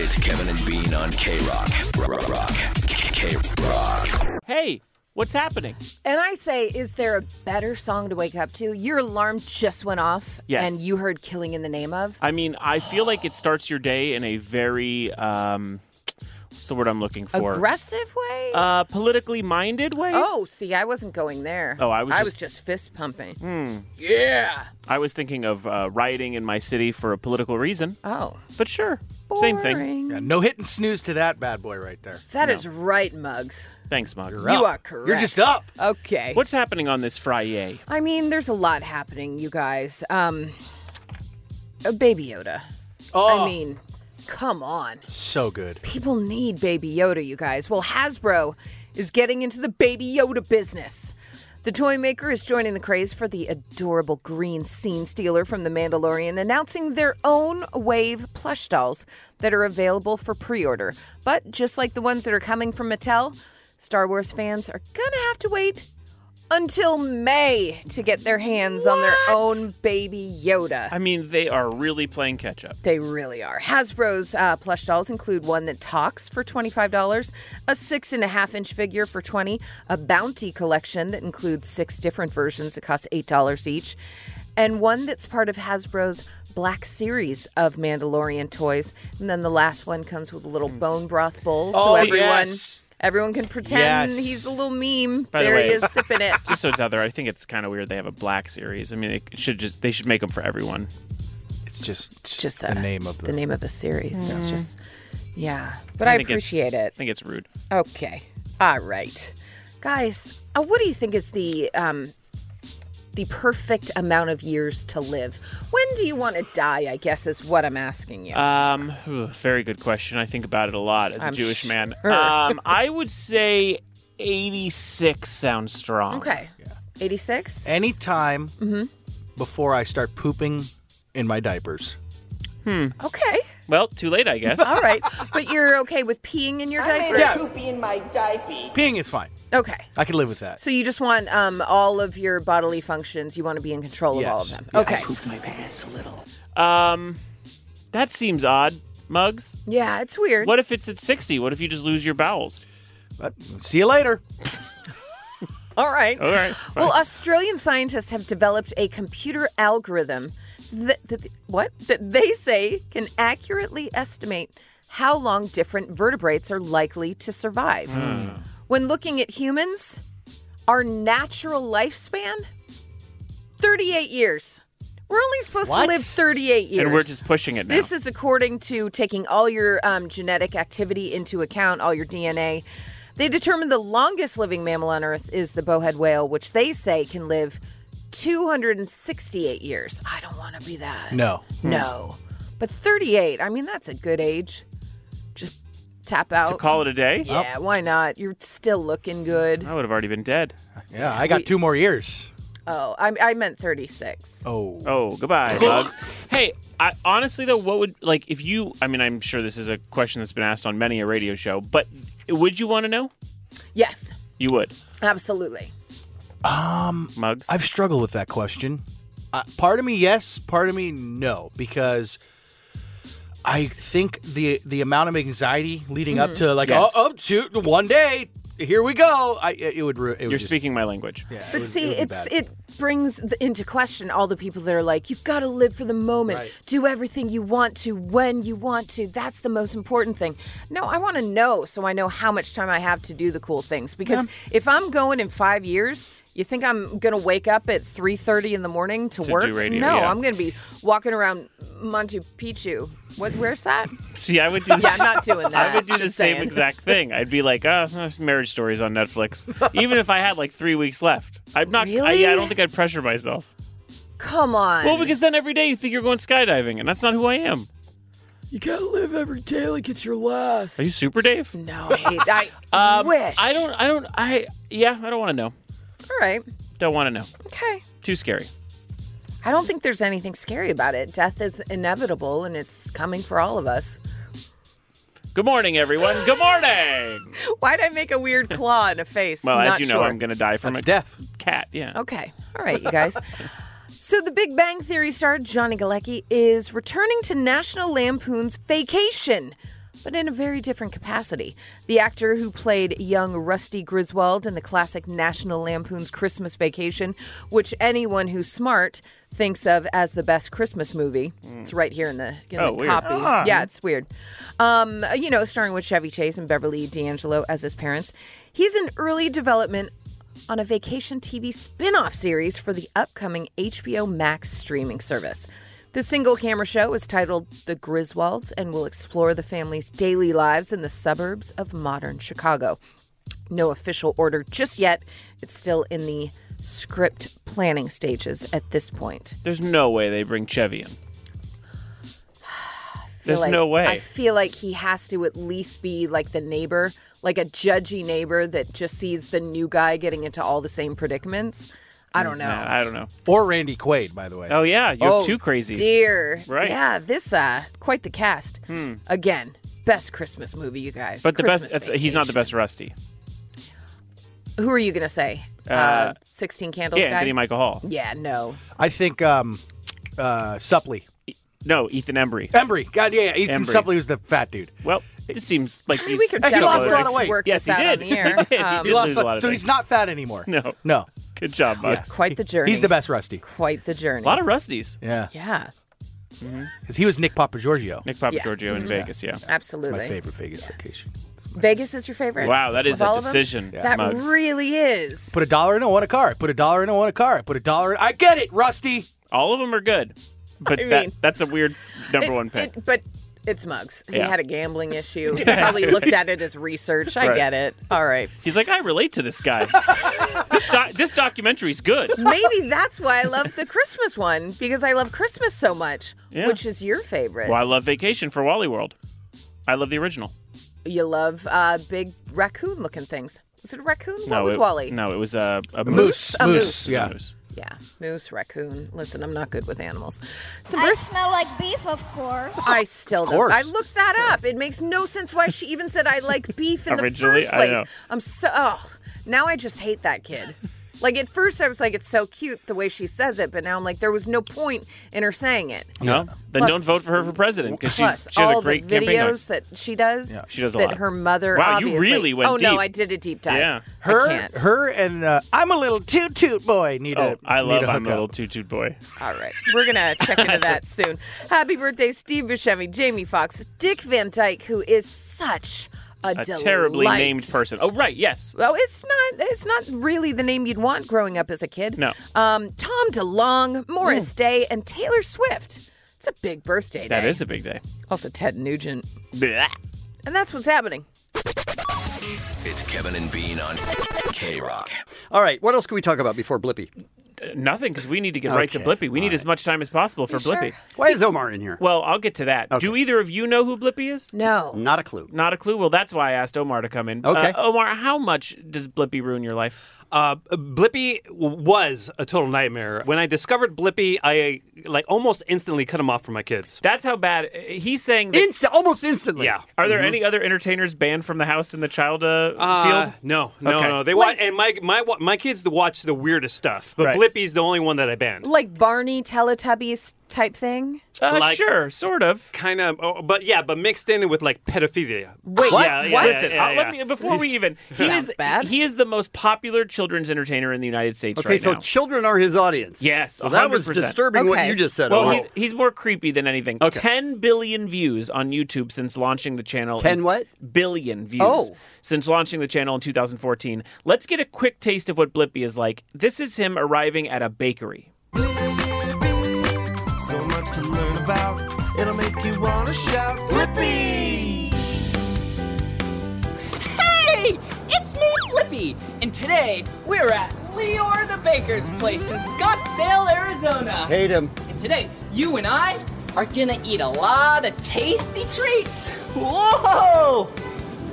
It's Kevin and Bean on K Rock. Rock. Rock. K Rock. Hey, what's happening? And I say, is there a better song to wake up to? Your alarm just went off, Yes. and you heard "Killing in the Name of." I mean, I feel like it starts your day in a very um, what's the word I'm looking for? Aggressive way. uh, politically minded way. oh, see, I wasn't going there. Oh, I was I just- Hmm. was just fist pumping. I was thinking of uh, rioting in my city for a political reason, Oh, but sure, same thing. boring. Yeah, no hitting snooze to that bad boy right there. That is right, Muggs. Thanks, Mug. You're You up. are correct. You're just up. Okay. What's happening on this Friday? I mean, there's a lot happening, you guys. Um, uh, Baby Yoda. Oh, I mean, come on. so good. People need Baby Yoda, you guys. Well, Hasbro is getting into the Baby Yoda business. The toy maker is joining the craze for the adorable green scene stealer from The Mandalorian, announcing their own wave plush dolls that are available for pre order. But just like the ones that are coming from Mattel, Star Wars fans are gonna have to wait until May to get their hands on their own Baby Yoda. I mean, they are really playing catch up. They really are. Hasbro's uh, plush dolls include one that talks for $25, a six and a half inch figure for 20 a bounty collection that includes six different versions that cost $8 each, and one that's part of Hasbro's Black Series of Mandalorian toys. And then the last one comes with a little bone broth bowl. Oh, so everyone. yes. Everyone can pretend Yes. he's a little meme. By the there he way- is sipping it. Just so it's out there, I think it's kind of weird they have a black series. I mean, it should just they should make them for everyone. It's just, It's just the a- name of the, the name of a series. Hmm. It's just, yeah. But I, think it's- appreciate it. I think it's rude. Okay. All right. Guys, uh, what do you think is the um the perfect amount of years to live? When do you want to die? I guess is what I'm asking you. Um, ooh, very good question. I think about it a lot as a I'm Jewish man. sure. Um, I would say 86 sounds strong. okay. 86? Any time Mm-hmm. before I start pooping in my diapers. Okay. Hmm. Well, too late, I guess. All right. But you're okay with peeing in your diapers? Yeah. poopy in my diaper. Peeing is fine. Okay. I can live with that. So you just want um, all of your bodily functions, you want to be in control of all of Yes. them. Okay. Um, that seems odd, Mugs. Yeah, it's weird. What if it's at 60? What if you just lose your bowels? But Uh, see you later. All right. All right. Well, Australian scientists have developed a computer algorithm that, that what that they say can accurately estimate how long different vertebrates are likely to survive. When looking at humans, our natural lifespan 38 years. We're only supposed to What? live 38 years. and we're just pushing it now. This is according to taking all your um, genetic activity into account, all your DNA. They determined the longest living mammal on Earth is the bowhead whale, which they say can live 268 years. I don't want to be that. No. No. Hmm. But 38, I mean, that's a good age. Just tap out. to call it a day? Oh. yeah, why not? You're still looking good. I would have already been dead. Yeah, I got two more years. Oh, I, I meant 36. Oh. Oh, goodbye, Bugs. hey, I, honestly though, what would like if you? I mean, I'm sure this is a question that's been asked on many a radio show, but would you want to know? Yes, You would, absolutely. Mugs. Um, I've struggled with that question. Uh, part of me, yes. Part of me, no, because I think the the amount of anxiety leading up Mm-hmm. to like Yes. oh, up to one day, here we go. I it would. ru- It would You're just- speaking my language. Yeah, it But would- it see, would be it's bad. it brings the, into question all the people that are like, you've got to live for the moment, Right. do everything you want to when you want to. That's the most important thing. No, I want to know so I know how much time I have to do the cool things. Because if I'm going in five years. You think I'm gonna wake up at three thirty in the morning to, do work? radio, no, yeah. I'm gonna be walking around Machu Picchu. What? Where's that? See, I would do. Yeah, I'm not doing that. I would do the Just same saying. exact thing. I'd be like, uh, uh, marriage stories on Netflix. Even if I had like three weeks left, I'm not. I, Really? yeah, I don't think I'd pressure myself. Come on. Well, because then every day you think you're going skydiving, and that's not who I am. You gotta live every day like it's your last. Are you Super Dave? No, Oh, I, hate, I Um, wish. I don't. I don't. I yeah. I don't want to know. All right. Don't want to know. Okay. Too scary. I don't think there's anything scary about it. Death is inevitable and it's coming for all of us. Good morning, everyone. Good morning. Why'd I make a weird claw in a face? Well, Not as you know, sure. I'm going to die from That's a death. cat. Yeah. Okay. All right, you guys. so the Big Bang Theory star Johnny Galecki is returning to National Lampoon's Vacation, but in a very different capacity. The actor who played young Rusty Griswold in the classic National Lampoon's Christmas Vacation, which anyone who's smart thinks of as the best Christmas movie. It's right here in the, in Oh, the weird. copy. Yeah, it's weird. Um, you know, starring with Chevy Chase and Beverly D'Angelo as his parents. He's in early development on a vacation TV spin off series for the upcoming HBO Max streaming service. The single camera show is titled The Griswolds and will explore the family's daily lives in the suburbs of modern Chicago. No official order just yet. It's still in the script planning stages at this point. There's no way they bring Chevy in. feel There's like- no way. I feel like he has to at least be like the neighbor, like a judgy neighbor that just sees the new guy getting into all the same predicaments. I don't know. Nah, I don't know. Or Randy Quaid, by the way. Oh yeah, you're Oh, too crazy. Dear. Right. Hmm. Yeah, this uh quite the cast. Again, best Christmas movie, you guys. But the Christmas best. that's- He's not the Vacation. best Rusty. Who are you gonna say? Uh, Uh, Sixteen Candles Yeah, guy. Anthony Michael Hall. yeah, no. I think um, uh, Supley. E, No, Ethan Embry. Embry. God, yeah, yeah. Ethan Embry. Supley was the fat dude. Well, it seems like he's- We could He lost definitely a lot of weight. work Yes, this he out did. on the air. He did. Um, He He lost Lose a a lot of so things. he's not fat anymore. No. No. Good job, Bucks. quite the journey. He's the best Rusty. Quite the journey. A lot of Rusties. Yeah. yeah, Because he was Nick Papa Giorgio. Nick Papa Yeah. Mm-hmm. Giorgio in Vegas. Yeah. absolutely. My favorite Vegas vacation. Vegas is your favorite. Wow, that With is a all of them? decision, That Muggs. really is. Put a dollar in, I want a car. Put a dollar in, I want a car. Put a dollar in. I get it, Rusty. All of them are good, but I mean- that, that's a weird number It- one pick. it- but it's Muggs. He Yeah. had a gambling issue. He probably looked at it as research. I Right. get it. All right. He's like, I relate to this guy. this doc- this documentary's good. Maybe that's why I love the Christmas one because I love Christmas so much, Yeah. which is your favorite. Well, I love Vacation for Wally World. I love the original. You love uh, big raccoon looking things. Was it a raccoon? what was it, Wally? No, it was a, a Moose. A moose. Moose. Yeah. Yeah. Yeah, moose, raccoon. Listen, I'm not good with animals. Some I bris- smell like beef, of course. I still don't. course. I looked that up. It makes no sense why she even said I like beef in the Originally, first I place. know. I'm so oh, now I just hate that kid. Like at first I was like it's so cute the way she says it, but now I'm like there was no point in her saying it. No, then Plus- don't vote for her for president because she's Plus she has all a great the campaign. on- videos that she does. She does a that lot. her mother. Wow, you obviously- really went Oh no, deep. I did a deep dive. Yeah. I Her, can't. her, and uh, I'm a little toot toot boy. Need Oh, a, I need love a I'm a hookup. little tutu boy. All right, we're gonna check into that soon. Happy birthday, Steve Buscemi, Jamie Foxx, Dick Van Dyke, who is such a, A terribly delight. named person. Oh, right, yes. Well, it's not it's not really the name you'd want growing up as a kid. No. Um, Tom DeLong, Morris Day, and Taylor Swift. It's a big birthday day. That is a big day. Also Ted Nugent. Blah. And that's what's happening. It's Kevin and Bean on K Rock. All right, what else can we talk about before Blippy? Uh, Nothing because we need to get right to Okay, Blippy. We need as much time as possible for Blippy. Why is Omar in here? Well, I'll get to that. Do either of you know who Blippy is? No. Not a clue. Not a clue. Well, that's why I asked Omar to come in. Okay. Uh, Omar, how much does Blippy ruin your life? Uh, Blippy w- was a total nightmare. When I discovered Blippy, I like almost instantly cut him off from my kids. That's how bad. He's saying that. Insta- almost instantly. Yeah. are there any other entertainers banned from the house in the child uh, mm-hmm. Uh, field? No, no, Okay. no. They watch, and my my wa- my kids to watch the weirdest stuff, but Right. Blippy's the only one that I banned. Like Barney Teletubbies type thing. Uh, Like- sure, sort of. Kind of, oh, but yeah, but mixed in with like pedophilia. Wait, What? Yeah, yeah, what? yeah, Listen, yeah, uh, let me- before we even, he Sounds is bad. He is the most popular children's entertainer in the United States Okay, right so now. children are his audience. Yes, So that was 100%. disturbing what Okay. you just said. well, Omar. he's, he's more creepy than anything. Okay. 10 billion views on YouTube since launching the channel. 10 in- what? Billion views Oh. since launching the channel in 2014. Let's get a quick taste of what Blippy is like. This is him arriving at a bakery. So much to learn about. It'll make you wanna shout, Blippi! Hey! It's me, Blippi! And today, we're at Leor the Baker's place in Scottsdale, Arizona. hate him. And today, you and I are gonna eat a lot of tasty treats. Whoa!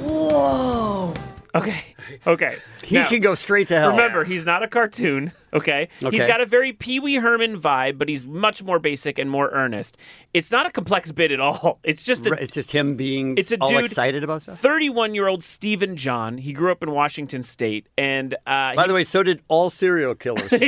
Whoa! Okay. Okay. He Now- can go straight to hell. Remember, he's not a cartoon. Okay? he's Okay. got a very Pee Wee Herman vibe, but he's much more basic and more earnest. It's not a complex bit at all. It's just a, Right, it's just him being it's a all dude, excited about stuff. Thirty-one-year-old Stephen John. He grew up in Washington State, and uh, By the way, so did all serial killers. he,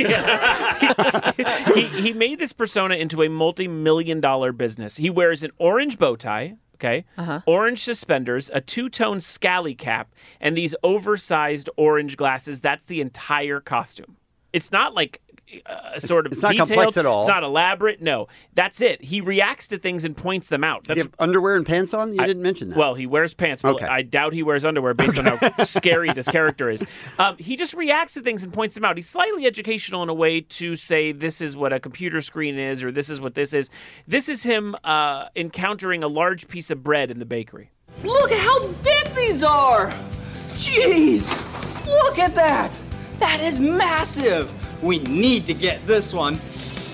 he made this persona into a multi-million dollar business. He wears an orange bow tie, okay, orange suspenders, a two-tone scally cap, and these oversized orange glasses. That's the entire costume. It's not like uh, sort of it's not detailed. complex at all. It's not elaborate. No, that's it. He reacts to things and points them out. Does That's he have underwear and pants on? You didn't mention that. well, he wears pants. Well, Okay. I doubt he wears underwear based on how scary this character is. Um, he just reacts to things and points them out. He's slightly educational in a way to say this is what a computer screen is or this is what this is. This is him uh, encountering a large piece of bread in the bakery. Look at how big these are! Jeez! Look at that! That is massive! We need to get this one.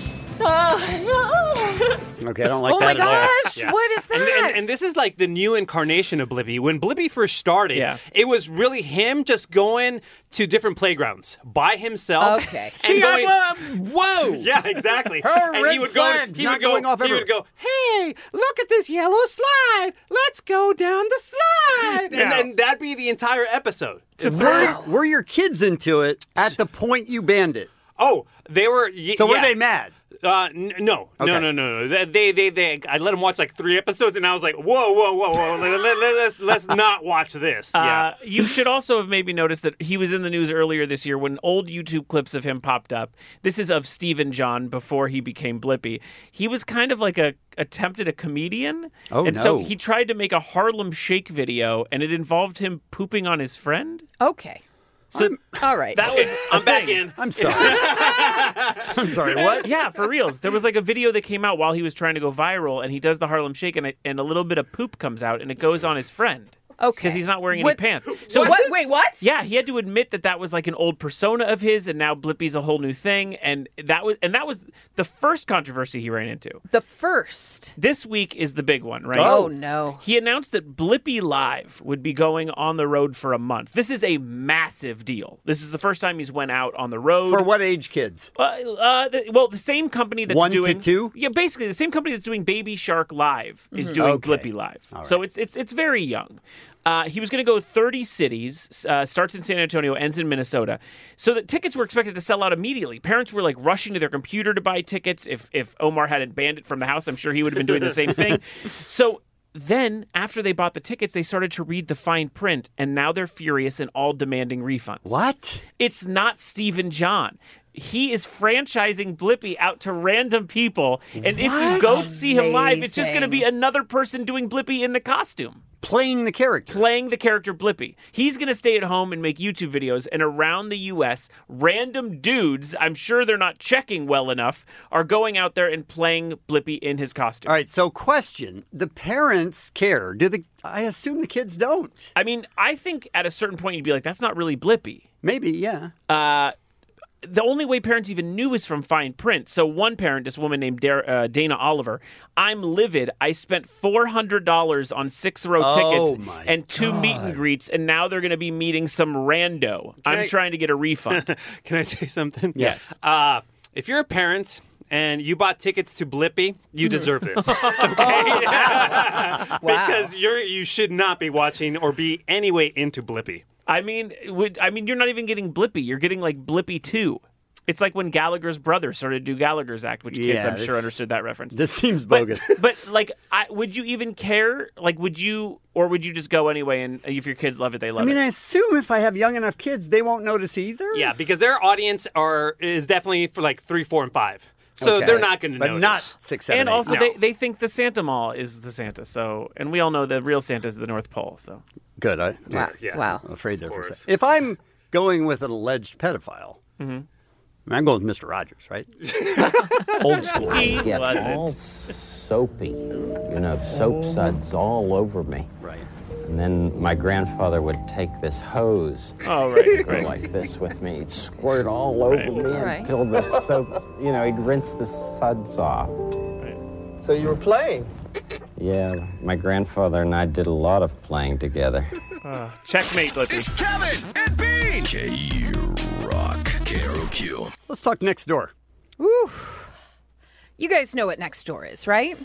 Ah. okay, I don't like Oh that my at all. gosh, what is And- And, that? and this is like the new incarnation of Blippi. When Blippi first started, it was really him just going to different playgrounds by himself. Okay. and See, going- I'm, um, whoa! Yeah, exactly. Her and he red would go. flag's he not would go. going off he ever. would go. Hey, look at this yellow slide! Let's go down the slide! And, and that'd be the entire episode. were, were your kids into it at the point you banned it? Oh, they were. Y- So were yeah. they mad? Uh, n- no, Okay. no, no, no, no. They- They, they, they. I let them watch like three episodes, and I was like, whoa, whoa, whoa, whoa. let, let, let, let's let's not watch this. Yeah. Uh, you should also have maybe noticed that he was in the news earlier this year when old YouTube clips of him popped up. This is of Stephen John before he became Blippy. He was kind of like a attempted a comedian. Oh, and so no. he tried to make a Harlem Shake video, and it involved him pooping on his friend. Okay. All right. That was I'm back in. I'm sorry. I'm sorry. What? Yeah, for reals. There was like a video that came out while he was trying to go viral, and he does the Harlem Shake, and, it, and a little bit of poop comes out, and it goes on his friend. Okay. Because he's not wearing What- any pants. what- wait, what? Yeah, he had to admit that that was like an old persona of his, and now Blippi's a whole new thing, and that was and that was the first controversy he ran into. The first. This week is the big one, right? Oh, no. He announced that Blippy Live would be going on the road for a month. This is a massive deal. This is the first time he's went out on the road. For what age kids? Uh, uh, the, well, the same company that's One to doing two? Yeah, basically the same company that's doing Baby Shark Live is Mhm. doing Okay. Blippi Live. So it's it's it's very young. Uh, he was going to go 30 cities, uh, starts in San Antonio, ends in Minnesota. So the tickets were expected to sell out immediately. Parents were like rushing to their computer to buy tickets. If if Omar hadn't banned it from the house, I'm sure he would have been doing the same thing. So then after they bought the tickets, they started to read the fine print, and now they're furious and all demanding refunds. What? It's not Stephen John. He is franchising Blippi out to random people. And if you What? go see him live, it's just going to Amazing. be another person doing Blippi in the costume, Playing the character. playing the character Blippi. He's going to stay at home and make YouTube videos. And around the U.S., random dudes, I'm sure they're not checking well enough, are going out there and playing Blippi in his costume. All right. So, question: The parents care. Do the? I assume the kids don't. I mean, I think at a certain point, you'd be like, that's not really Blippi. Maybe. Yeah. uh, the only way parents even knew is from fine print. So one parent, this woman named Dar- uh, Dana Oliver, I'm livid. I spent four hundred dollars on six row Oh, tickets my and two meet and greets, and now they're going to be meeting some rando. I'm I- trying to get a refund. Can I say something? Yes. Uh, if you're a parent and you bought tickets to Blippi, Hmm. you deserve this. okay? because you're you should not be watching or be any way into Blippi. I mean, would, I mean, you're not even getting Blippy. You're getting like Blippy two. It's like when Gallagher's brother started to do Gallagher's act, which kids Yeah, I'm sure this- understood that reference. This seems bogus. but like, I, would you even care? Like, would you, or would you just go anyway? And if your kids love it, they love I mean, it. I assume if I have young enough kids, they won't notice either. Yeah, because their audience are is definitely for like three, four, and five. So Okay. they're not going to But notice. not six, seven, and eight. also, No. they, they think the Santa Mall is the Santa. So, and we all know the real Santa is the North Pole. So, Good. I Wow. was Yeah. Wow. afraid there for a second. If I'm going with an alleged pedophile, Mm-hmm. I mean, I'm going with Mr. Rogers, right? Old school. He Yeah, wasn't. all soapy, you know, soap Mm-hmm. suds all over me. Right. And then my grandfather would take this hose, Oh, right, and go right. like this with me. He'd squirt all over Right. me Right. until the soap, you know, he'd rinse the suds off. So you were playing. Yeah, my grandfather and I did a lot of playing together. Uh, Checkmate, Blippi. It's Kevin and Bean. K Rock. K R O Q. Let's talk next door. Ooh. You guys know what next door is, right?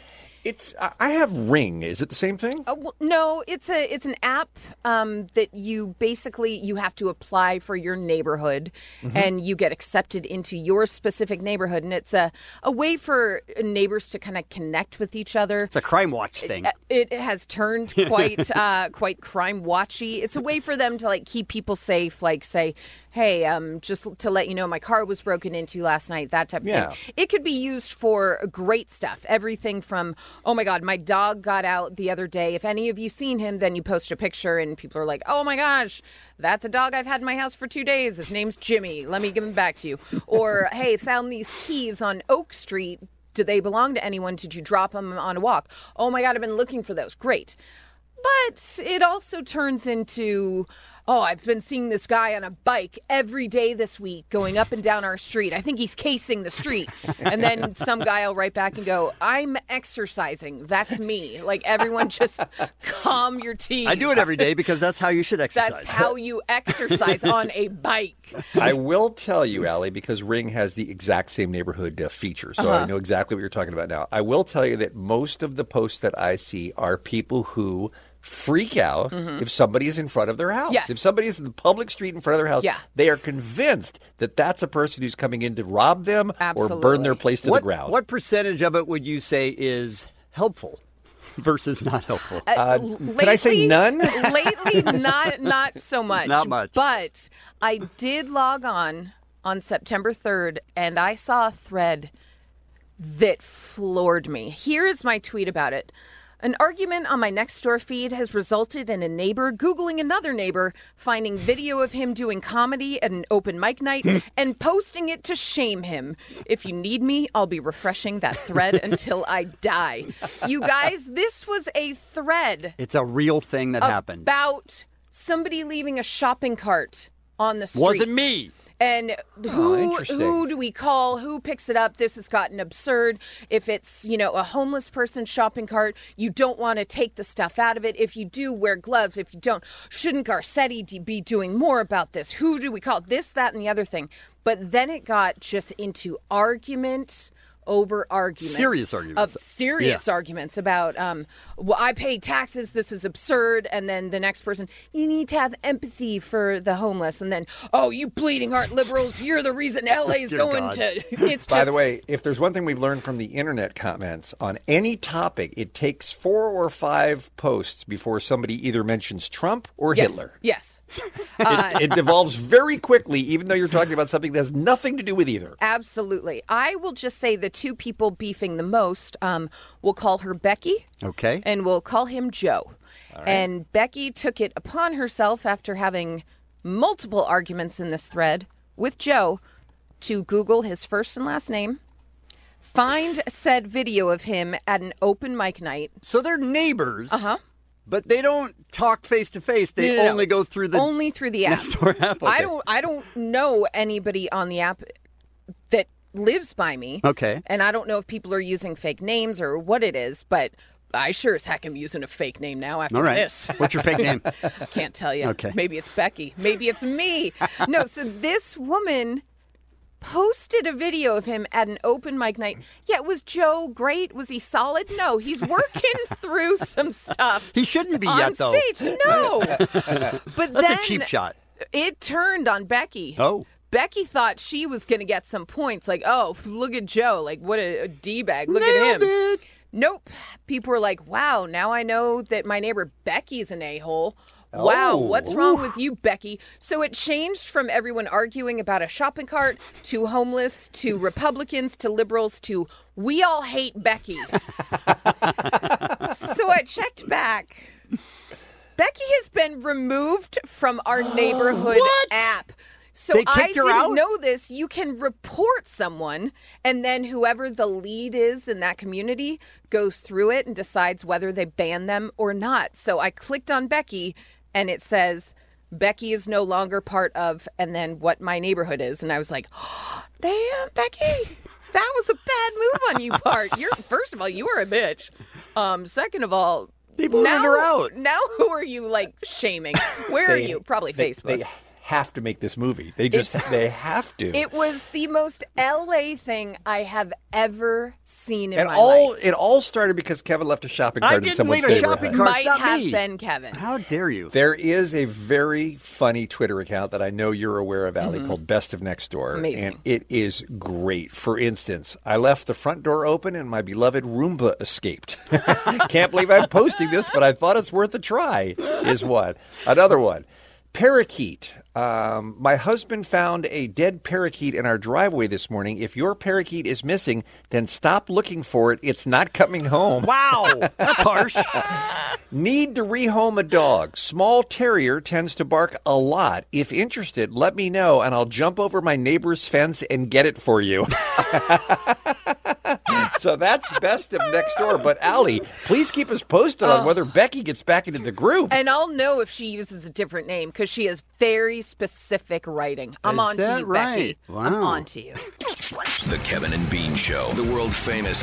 It's I- I have Ring. Is it the same thing? Uh, well, no, it's a it's an app um, that you basically you have to apply for your neighborhood, Mhm. and you get accepted into your specific neighborhood, and it's a a way for neighbors to kind of connect with each other. It's a crime watch thing. It, it has turned quite uh, quite crime watchy. It's a way for them to like keep people safe. Like say, hey, um, just to let you know, my car was broken into last night. That type of Yeah. thing. It could be used for great stuff. Everything from oh my god, my dog got out the other day. If any of you seen him, then you post a picture and people are like, oh my gosh, that's a dog I've had in my house for two days. His name's Jimmy. Let me give him back to you. Or hey, found these keys on Oak Street. Do they belong to anyone? Did you drop them on a walk? Oh my God, I've been looking for those. Great. But it also turns into, oh, I've been seeing this guy on a bike every day this week going up and down our street. I think he's casing the street. And then some guy will write back and go, I'm exercising. That's me. Like everyone just calm your teeth. I do it every day because that's how you should exercise. That's how you exercise on a bike. I will tell you, Allie, because Ring has the exact same neighborhood uh, feature, so Uh-huh. I know exactly what you're talking about now. I will tell you that most of the posts that I see are people who freak out Mm-hmm. Mhm. if somebody is in front of their house. Yes. If somebody is in the public street in front of their house, Yeah. they are convinced that that's a person who's coming in to rob them or burn their place to what, the ground. What percentage of it would you say is helpful versus not helpful? Uh, l- lately- lately, not not so much. Not much. But I did log on on September third, and I saw a thread that floored me. Here is my tweet about it. An argument on my next door feed has resulted in a neighbor Googling another neighbor, finding video of him doing comedy at an open mic night, Hmm. and posting it to shame him. If you need me, I'll be refreshing that thread until I die. You guys, this was a thread It's a real thing that happened. about somebody leaving a shopping cart on the street. Wasn't me. And Oh, who interesting. who do we call? Who picks it up? This has gotten absurd. If it's you know a homeless person's shopping cart, you don't want to take the stuff out of it. If you do, wear gloves. If you don't, shouldn't Garcetti d- be doing more about this? Who do we call? This, that, and the other thing. But then it got just into argument over argument, Serious arguments. of serious Yeah. arguments about um, well, I pay taxes. This is absurd. And then the next person, you need to have empathy for the homeless. And then, oh, you bleeding heart liberals, you're the reason LA is Dear going God. to. It's By just the way, if there's one thing we've learned from the internet comments on any topic, it takes four or five posts before somebody either mentions Trump or yes, Uh, Hitler. Yes, It devolves very quickly, even though you're talking about something that has nothing to do with either. absolutely. I will just say the two people beefing the most. Um, we'll call her Becky. Okay. and we'll call him Joe. right. And Becky took it upon herself after having multiple arguments in this thread with Joe to Google his first and last name, find said video of him at an open mic night. Uh-huh. So they're neighbors. Uh huh. But they don't talk face to face. They No, no, no. only go through the only through the app. next door app. I Okay. don't I don't know anybody on the app that lives by me. Okay. And I don't know if people are using fake names or what it is, but I sure as heck am using a fake name now after All right. this. What's your fake name? Can't tell you. Okay. Maybe it's Becky. Maybe it's me. no, so this woman posted a video of him at an open mic night. Yeah, was Joe great? Was he solid? No, he's working through some stuff. He shouldn't be on yet, though. stage. No. but But that's then a cheap shot. It turned on Becky. Oh. Becky thought she was going to get some points. Like, oh, look at Joe. Like, what a, a D bag. Look at Nailed him. Nope. People were like, wow, now I know that my neighbor Becky's an a hole. Wow, Oh. what's wrong Ooh. with you, Becky? So it changed from everyone arguing about a shopping cart to homeless to Republicans to liberals to we all hate Becky. so I checked back. Becky has been removed from our neighborhood What? app. So They I kicked her didn't out? know this. You can report someone, and then whoever the lead is in that community goes through it and decides whether they ban them or not. So I clicked on Becky, and it says Becky is no longer part of, and then what my neighborhood is. And I was like, damn, Becky, that was a bad move on you part. You're first of all, you were a bitch. Um, second of all, they voted now, her out. Now who are you like shaming? Where are They- you? Probably they- Facebook. They have to make this movie. They just they have to. It was the most LA thing I have ever seen in and my all life. it all started because Kevin left a shopping cart. in someone's neighborhood. Might have been Kevin. How dare you? There is a very funny Twitter account that I know you're aware of, Allie, Mm-hmm. Mhm. called Best of Next Door. Amazing. And it is great. For instance, I left the front door open and my beloved Roomba escaped. Can't believe I'm posting this, but I thought it's worth a try, is one. Another one. Parakeet. Um, my husband found a dead parakeet in our driveway this morning. If your parakeet is missing, then stop looking for it. It's not coming home. Wow, that's harsh. Need to rehome a dog. Small terrier tends to bark a lot. If interested, let me know and I'll jump over my neighbor's fence and get it for you. so that's best of next door. But Allie, please keep us posted on Oh. whether Becky gets back into the group. And I'll know if she uses a different name because she has very specific writing. I'm Is on to that you, right? Becky. I'm Wow. on to you. The Kevin and Bean Show. The world famous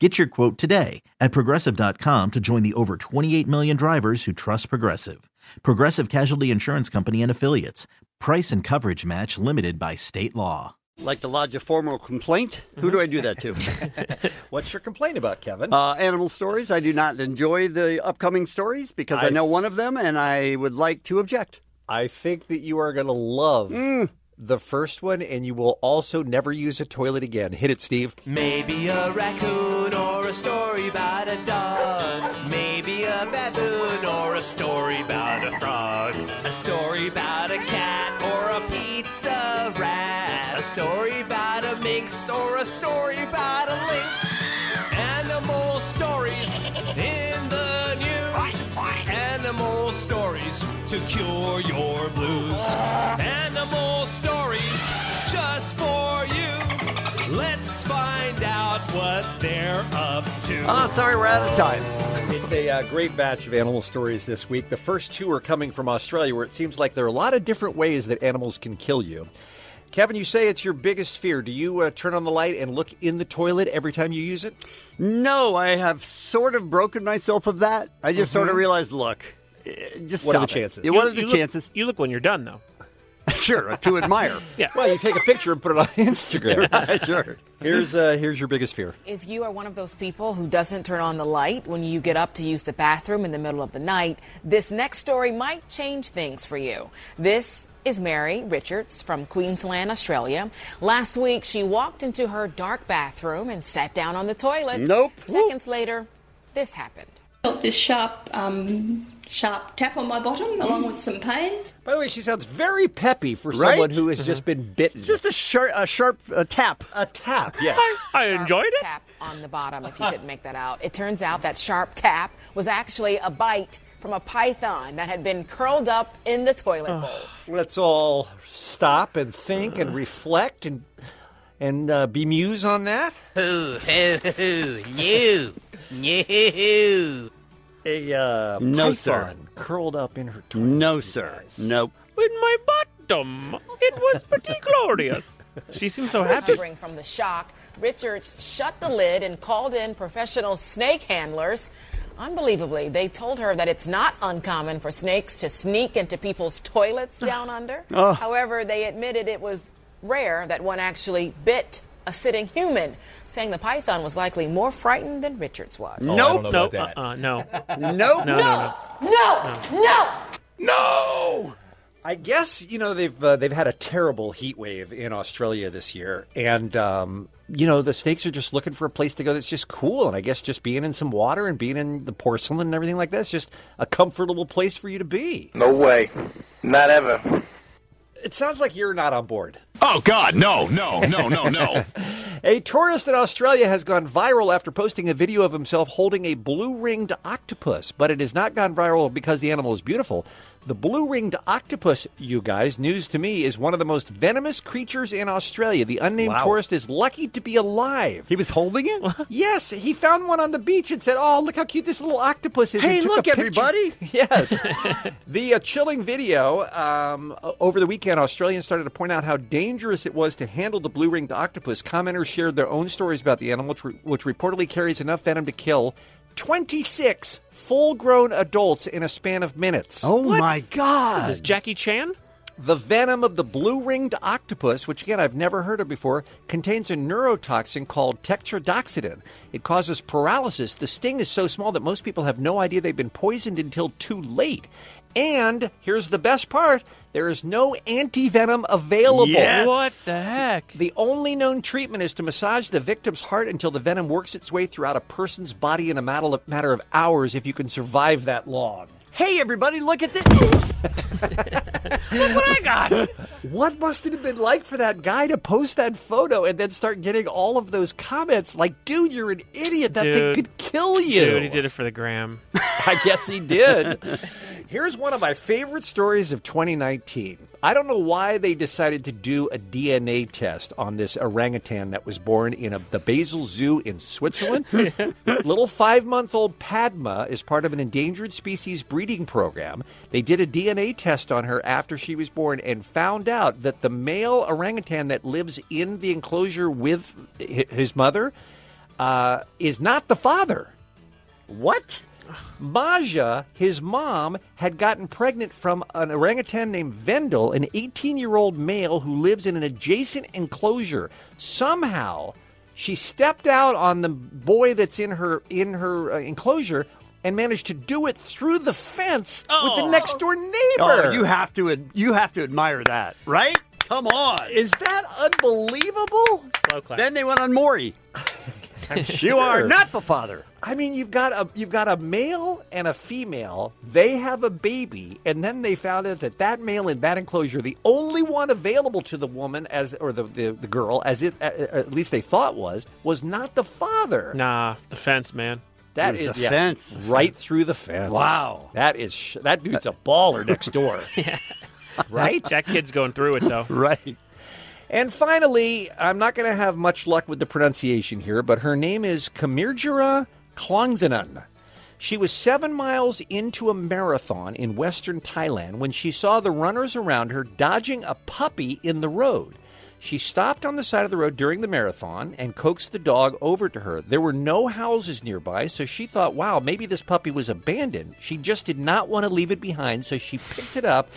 Get your quote today at progressive.com to join the over 28 million drivers who trust Progressive. Progressive Casualty Insurance Company and Affiliates. Price and coverage match limited by state law. Like to lodge a formal complaint? Who do I do that to? What's your complaint about, Kevin? Uh, animal stories. I do not enjoy the upcoming stories because I, I- know one of them and I would like to object. I think that you are going to love the first one and you will also never use a toilet again. Hit it, Steve. Maybe a raccoon or a story about a dog. Maybe a baboon or a story about a frog. A story about a cat or a pizza rat. A story about a minx or a story about a lynx. Animal stories in the news. Animal stories to cure your blues. Animal stories just for you. Let's find out what they're up to. Ah, Oh, sorry, we're out of time. It's a uh, great batch of animal stories this week. The first two are coming from Australia, where it seems like there are a lot of different ways that animals can kill you. Kevin, you say it's your biggest fear. Do you uh, turn on the light and look in the toilet every time you use it? No, I have sort of broken myself of that. I just sort of Mhm. realized, look, eh, just What are stop the it. chances? Yeah, You- what are the you look- chances? you look when you're done, though. sure, uh, to admire. yeah. Well, you take a picture and put it on Instagram. Right, sure. Here's uh, here's your biggest fear. If you are one of those people who doesn't turn on the light when you get up to use the bathroom in the middle of the night, this next story might change things for you. This is Mary Richards from Queensland, Australia. Last week, she walked into her dark bathroom and sat down on the toilet. Nope. Seconds later, this happened. felt this sharp, um, sharp tap on my bottom, along with some pain. By the way, she sounds very peppy for Right? Uh-huh. someone who has just been bitten. Just a sharp, a sharp uh, tap. A tap, yes. I enjoyed it. Tap on the bottom if you couldn't make that out. It turns out that sharp tap was actually a bite from a python that had been curled up in the toilet bowl. Let's all stop and think and Uh-huh. reflect and and uh, bemuse on that. Who, who, who, you, you. A uh, No, python sir. curled up in her No, sir. Nope. In my bottom. It was pretty glorious. She seems so happy. Recovering from the shock, Richards shut the lid and called in professional snake handlers. Unbelievably, they told her that it's not uncommon for snakes to sneak into people's toilets down under. Ugh. However, they admitted it was rare that one actually bit a sitting human, saying the python was likely more frightened than Richards was. Oh, I don't know about Nope. that. Uh, no. Nope. No, no, no. No! No! No. I guess you know they've uh, they've had a terrible heat wave in Australia this year, and um, you know the snakes are just looking for a place to go that's just cool. And I guess just being in some water and being in the porcelain and everything like that's just a comfortable place for you to be. No way. Not ever. It sounds like you're not on board. Oh, God, no, no, no, no, no. a tourist in Australia has gone viral after posting a video of himself holding a blue ringed octopus, but it has not gone viral because the animal is beautiful. The blue ringed octopus, you guys, news to me, is one of the most venomous creatures in Australia. The unnamed tourist is lucky to be alive. He was holding it? yes, he found one on the beach and said, Oh, look how cute this little octopus is. Hey, and took a look, picture. everybody. Yes. the uh, chilling video um, o- over the weekend, Australians started to point out how dangerous it was to handle the blue ringed octopus. Commenters shared their own stories about the animal, which, re- which reportedly carries enough venom to kill 26 full grown adults in a span of minutes. Oh my God. Is this Jackie Chan? The venom of the blue ringed octopus, which again I've never heard of before, contains a neurotoxin called tetrodotoxin. It causes paralysis. The sting is so small that most people have no idea they've been poisoned until too late. And here's the best part there is no anti venom available. Yes. What the heck? The only known treatment is to massage the victim's heart until the venom works its way throughout a person's body in a matter of, matter of hours if you can survive that long. Hey, everybody, look at this. what I got. What must it have been like for that guy to post that photo and then start getting all of those comments like, dude, you're an idiot. That thing Dude. could kill you. Dude, he did it for the gram. I guess he did. Here's one of my favorite stories of 2019. I don't know why they decided to do a DNA test on this orangutan that was born in a, the Basel Zoo in Switzerland. Little five month old Padma is part of an endangered species breeding program. They did a DNA test on her after she was born and found out that the male orangutan that lives in the enclosure with hi- his mother uh, is not the father. What? Maja, his mom, had gotten pregnant from an orangutan named Vendel, an 18 year old male who lives in an adjacent enclosure. Somehow, she stepped out on the boy that's in her in her uh, enclosure and managed to do it through the fence with the next door neighbor. Oh, you have to ad- you have to admire that, right? Come on. Is that unbelievable? Slow clap. Then they went on Maury. You are not the father. I mean, you've got a you've got a male and a female. They have a baby, and then they found out that that male in that enclosure, the only one available to the woman as or the the, the girl as it at, at least they thought was was not the father. Nah, the fence, man. That is yeah, right through the fence. Wow. that is sh- that dude's a baller next door. yeah, right. That kid's going through it though. right. And finally, I'm not going to have much luck with the pronunciation here, but her name is Kamirjira Klongzanan. She was seven miles into a marathon in western Thailand when she saw the runners around her dodging a puppy in the road. She stopped on the side of the road during the marathon and coaxed the dog over to her. There were no houses nearby, so she thought, wow, maybe this puppy was abandoned. She just did not want to leave it behind, so she picked it up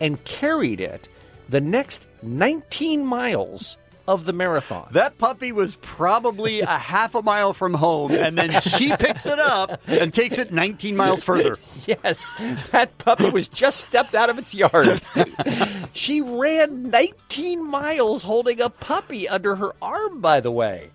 and carried it the next 19 miles of the marathon. That puppy was probably a half a mile from home, and then she picks it up and takes it 19 miles further. Yes, that puppy was just stepped out of its yard. she ran 19 miles holding a puppy under her arm, by the way.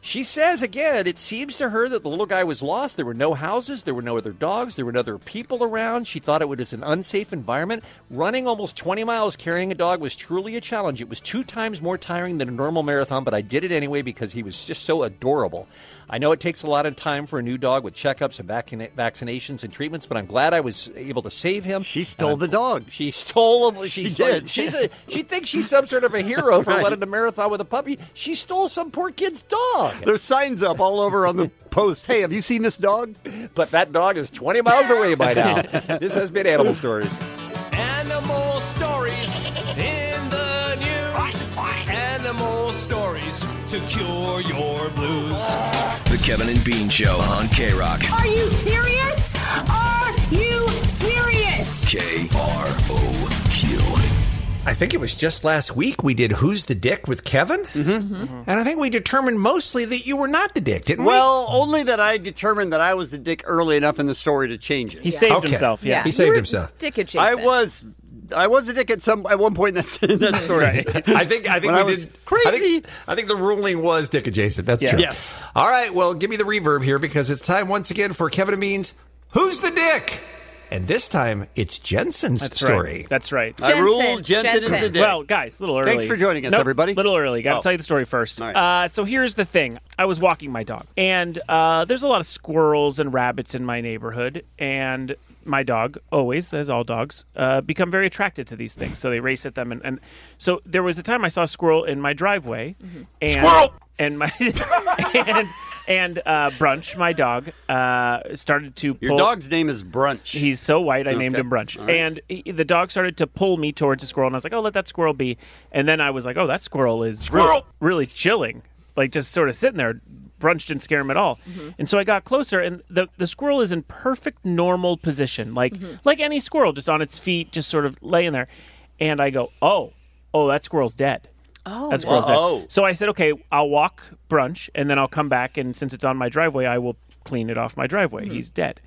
She says again, it seems to her that the little guy was lost. There were no houses, there were no other dogs, there were no other people around. She thought it was an unsafe environment. Running almost 20 miles carrying a dog was truly a challenge. It was two times more tiring than a normal marathon, but I did it anyway because he was just so adorable. I know it takes a lot of time for a new dog with checkups and vac- vaccinations and treatments, but I'm glad I was able to save him. She stole the dog. She stole him. She, stole- did. She's a, she thinks she's some sort of a hero for Right. running a marathon with a puppy. She stole some poor kid's dog. There's signs up all over on the post. Hey, have you seen this dog? But that dog is 20 miles away by now. this has been Animal Stories. Animal stories in the news. Animal stories to cure your blues. The Kevin and Bean Show on K Rock. Are you serious? Are you serious? K R O Q. I think it was just last week we did Who's the Dick with Kevin? Mm-hmm. And I think we determined mostly that you were not the dick, didn't we? Well, only that I determined that I was the dick early enough in the story to change it. He saved Okay. himself, yeah. He saved himself. Dick adjacent. I was. I was a dick at some at one point in that, in that story. I think I When think we I was did crazy. I think, I think the ruling was dick adjacent. That's Yes. true. Yes. All right. Well, give me the reverb here because it's time once again for Kevin and Beans. Who's the dick? And this time it's Jensen's That's right. story. That's right. I Jensen, rule Jensen is the Jensen. dick. Well, guys, little early. Thanks for joining us, everybody. Little early. Got to Oh. tell you the story first. All Uh, so here's the thing. I was walking my dog, and uh, there's a lot of squirrels and rabbits in my neighborhood, and my dog always, as all dogs, uh, become very attracted to these things. So they race at them, and, and so there was a time I saw a squirrel in my driveway, and Squirrel! and my and. And uh, Brunch, my dog, uh, started to. Pull... Your dog's name is Brunch. He's so white. I named Okay. him Brunch, All right. and he, the dog started to pull me towards the squirrel, and I was like, "Oh, let that squirrel be." And then I was like, "Oh, that squirrel is squirrel. really chilling, like just sort of sitting there." Brunch didn't scare him at all, and so I got closer, and the the squirrel is in perfect normal position, like like any squirrel, just on its feet, just sort of laying there. And I go, "Oh, oh, that squirrel's dead." Oh, that squirrel's dead. wow. So I said, okay, I'll walk brunch and then I'll come back. And since it's on my driveway, I will clean it off my driveway. Hmm. Mhm. He's dead.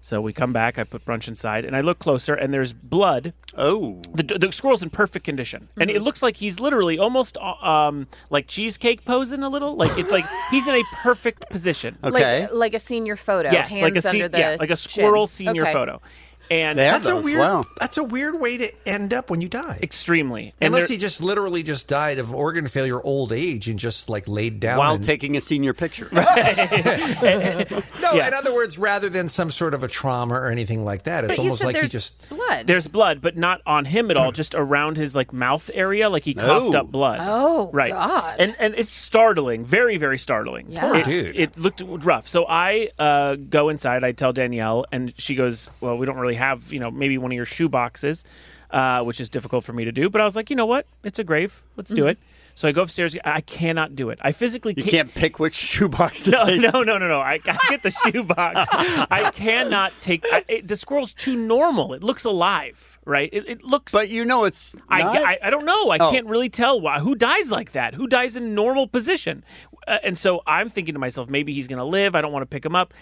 So we come back. I put brunch inside and I look closer and there's blood. Oh. The, the squirrel's in perfect condition. And Mm-hmm. Mhm. it looks like he's literally almost uh, um, like cheesecake posing a little. Like it's like he's in a perfect position. uh, Like, like a senior photo. yes, hands like a, se- under the yeah, like a squirrel chin. senior Okay. photo. And They have That's a those, weird- wow. That's a weird way to end up when you die. Extremely. And Unless there- he just literally just died of organ failure, old age, and just like laid down while and- taking a senior picture. No, in other words, rather than some sort of a trauma or anything like that, it's But you almost said like he there's- just blood. There's blood, but not on him at all. just around his like mouth area, like he coughed No. up blood. Oh, right. God. And and it's startling, very very startling. Yeah. Poor it, dude. It looked rough. So I uh, go inside. I tell Danielle, and she goes, "Well, we don't really have, you know, maybe one of your shoe boxes, uh, which is difficult for me to do." But I was like, you know what? It's a grave. Let's do Mm-hmm. Mhm. it. So I go upstairs. I cannot do it. I physically You can't can't pick which shoebox to no, take. no, no, no, no. I, I get the shoebox. I cannot take I, it, the squirrel's too normal. It looks alive, right? It, it looks. But you know, it's. I, not? I, I don't know. I Oh. can't really tell why. Who dies like that? Who dies in normal position? Uh, and so I'm thinking to myself, maybe he's going to live. I don't want to pick him up.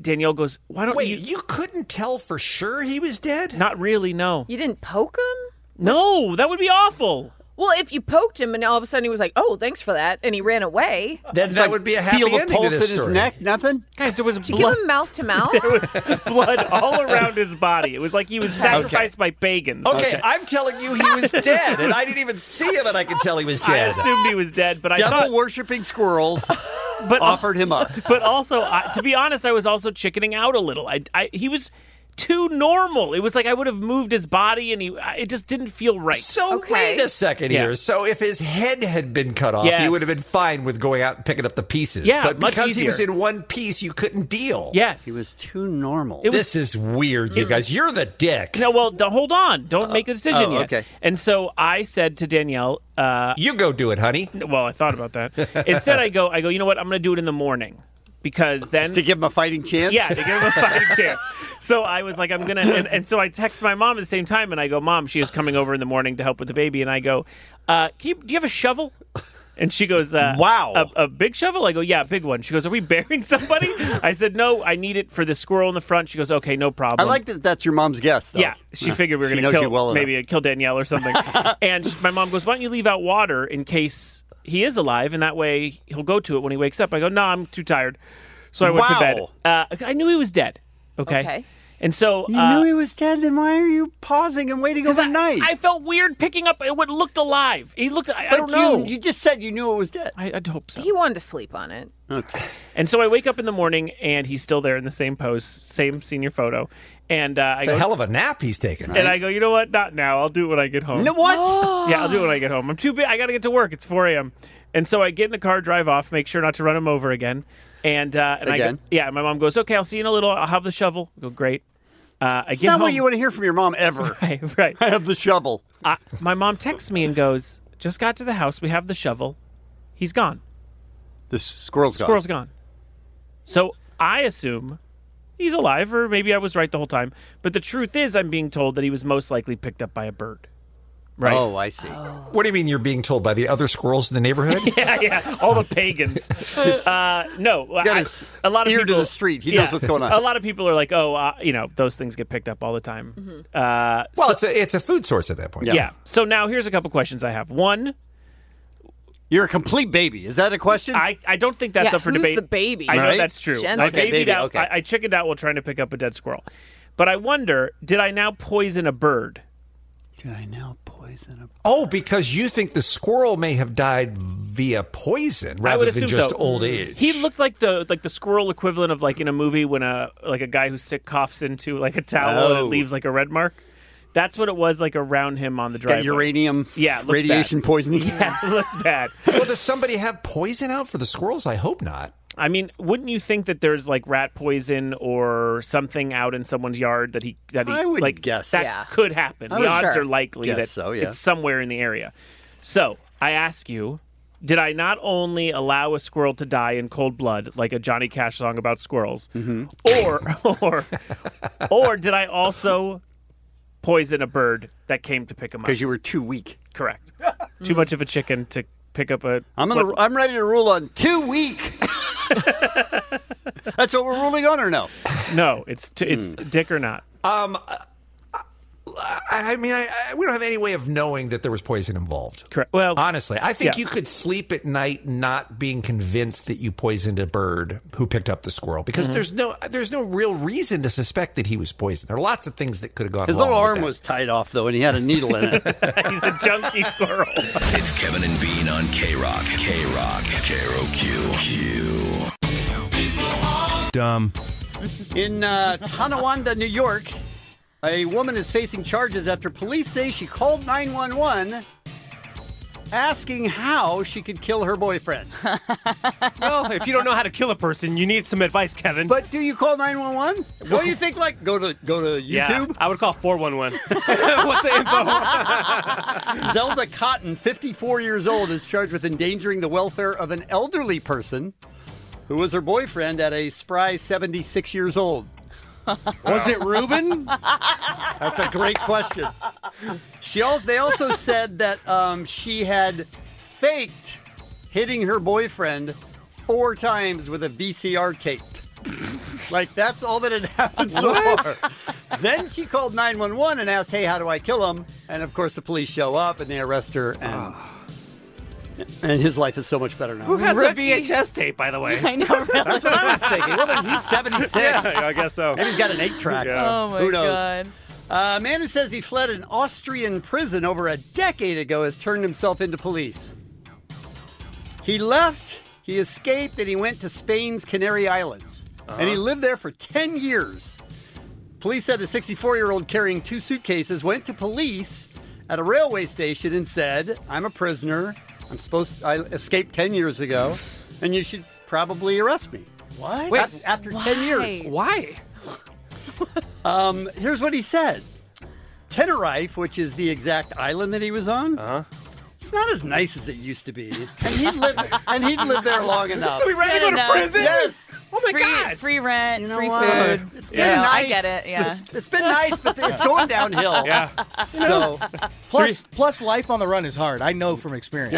Danielle goes, "Why don't Wait, you?" you couldn't tell for sure he was dead. Not really. No. You didn't poke him? No, that would be awful. Well, if you poked him and all of a sudden he was like, "Oh, thanks for that," and he ran away. Then that would be a happy feel the ending pulse to in this his story. neck, nothing. Guys, there was Did you give him mouth to mouth? There was blood all around his body. It was like he was sacrificed by pagans. Okay, I'm telling you, he was dead, and I didn't even see him, and I could tell he was I dead. assumed he was dead, but I Devil thought worshiping squirrels but offered him up. But also, I, to be honest, I was also chickening out a little. I, I he was too normal. It was like I would have moved his body, and he I- it just didn't feel right. So wait a second Yeah. here. So if his head had been cut off, Yes. you would have been fine with going out and picking up the pieces. Yeah, but much because he was easier. in one piece, you couldn't deal. Yes, he was too normal. It was- this is weird, you guys. You're the dick. No, well, d- hold on. Don't make a decision oh, yet. okay. And so I said to Danielle, uh, "You go do it, honey." Well, I thought about that. Instead, I go, I go. You know what? I'm going to do it in the morning because then Just to give him a fighting chance. Yeah, to give him a fighting chance. So I was like, I'm gonna, and, and so I text my mom at the same time, and I go, Mom, she is coming over in the morning to help with the baby, and I go, uh, can you, Do you have a shovel? And she goes, uh, Wow. a, a big shovel." I go, "Yeah, a big one." She goes, "Are we burying somebody?" I said, "No, I need it for the squirrel in the front." She goes, "Okay, no problem." I like that. That's your mom's guess. Though. Yeah, she figured we were She going to knows kill you well enough. maybe kill Danielle or something. and she- my mom goes, "Why don't you leave out water in case he is alive, and that way he'll go to it when he wakes up." I go, "No, I'm too tired," so I went Wow. to bed. Uh, I knew he was dead. Okay. Okay. And so You uh, knew he was dead. Then why are you pausing and waiting overnight? I felt weird picking up what looked alive. He looked. I, I But don't you- know. you just said you knew it was dead. I, I'd hope so. He wanted to sleep on it. And so I wake up in the morning, and he's still there in the same pose, same senior photo. And uh, I It's go, a hell of a nap he's taking. And I go, you know what? Not now. I'll do it when I get home. No, what? yeah, I'll do it when I get home. I'm too big. I got to get to work. It's 4 a.m. And so I get in the car, drive off, make sure not to run him over again. And uh, and I go, Again? yeah, my mom goes, okay, I'll see you in a little. I'll have the shovel. I go, great. Uh, I It's get not home. what you want to hear from your mom ever. right, right. Uh, I have the shovel. I, my mom texts me and goes, just got to the house. We have the shovel. He's gone. The squirrel's gone. Squirrel's gone. So I assume he's alive, or maybe I was right the whole time. But the truth is, I'm being told that he was most likely picked up by a bird. Right. Oh, I see. What do you mean you're being told by the other squirrels in the neighborhood? yeah, yeah. All the pagans. Uh, no, got I- his a lot of ear to people, the street. He knows what's going on. A lot of people are like, "Oh, uh, you know, those things get picked up all the time." Uh, well, so- it's a it's a food source at that point. yeah. So now here's a couple questions I have. One, you're a complete baby. Is that a question? I, I don't think that's Yeah, up for who's debate. the baby? I know Right? that's true. Jensen. I Okay, babied baby, out. okay. I, I chickened out while trying to pick up a dead squirrel. But I wonder, did I now poison a bird? Did I now poison? Oh, because you think the squirrel may have died via poison I would rather than assume just so. Mm. old age. He looked like the like the squirrel equivalent of like in a movie when a like a guy who's sick coughs into like a towel and Oh. it leaves like a red mark. That's what it was like around him on the Got driveway. uranium. Yeah, it looked radiation bad. poisoning. Yeah, it looks bad. Well, does somebody have poison out for the squirrels? I hope not. I mean, wouldn't you think that there's like rat poison or something out in someone's yard that he that he I would like guess. that Yeah. could happen? I the would odds Oh, sure are likely guess that so, yeah. it's somewhere in the area. So I ask you, did I not only allow a squirrel to die in cold blood, like a Johnny Cash song about squirrels, Mm-hmm. or or or did I also poison a bird that came to pick him up? Because you were too weak. Correct. Too much of a chicken to pick up a. I'm gonna. what- I'm ready to rule on too weak. That's what we're ruling on, or no? uh, No, it's t- it's Hmm. dick or not. Um, I, I I mean, I, I, we don't have any way of knowing that there was poison involved. Correct. Well, honestly, I think yeah. you could sleep at night not being convinced that you poisoned a bird who picked up the squirrel because Mm-hmm. Mhm. there's no there's no real reason to suspect that he was poisoned. There are lots of things that could have gone. His wrong little with arm that. was tied off though, and he had a needle in it. He's a junkie squirrel. It's Kevin and Bean on K Rock. K Rock. K R O Q. Q. Dumb. In uh, Tonawanda, New York, a woman is facing charges after police say she called 911 asking how she could kill her boyfriend. well, if you don't know how to kill a person, you need some advice, Kevin. But do you call 911? What do you think? Like, go to go to YouTube. I would call 411. What's the info? Zelda Cotton, 54 years old, is charged with endangering the welfare of an elderly person who was her boyfriend at a spry 76 years old. Was it Ruben? That's a great question. She al- they also said that um, she had faked hitting her boyfriend four times with a VCR tape. Like that's all that had happened so What? far. Then she called 911 and asked, "Hey, how do I kill him?" And of course, the police show up and they arrest her. And and his life is so much better now. Who has Rick- a VHS tape, by the way? I know, really. That's what I was thinking. Well, then he's 76. Yeah, I guess so. Maybe he's got an eight track. Yeah. Oh, my Who knows? God. A man who says he fled an Austrian prison over a decade ago has turned himself into police. He left, he escaped, and he went to Spain's Canary Islands. And he Uh-huh. lived there for 10 years. Police said the 64 year old carrying two suitcases went to police at a railway station and said, I'm a prisoner. I'm supposed I escaped 10 years ago, and you should probably arrest me. What? Wait, after 10 years. Why? Um, here's what he said Tenerife, which is the exact island that he was on, uh-huh. it's not as nice as it used to be. And he lived, and he'd lived there long enough. So he ran to go to Enough. prison? Yes. Oh my free, god! Free rent, free what? food. It's You been know, nice. I get it. Yeah. It's- it's been nice, but it's going downhill. Yeah. So, Plus, plus, life on the run is hard. I know from experience.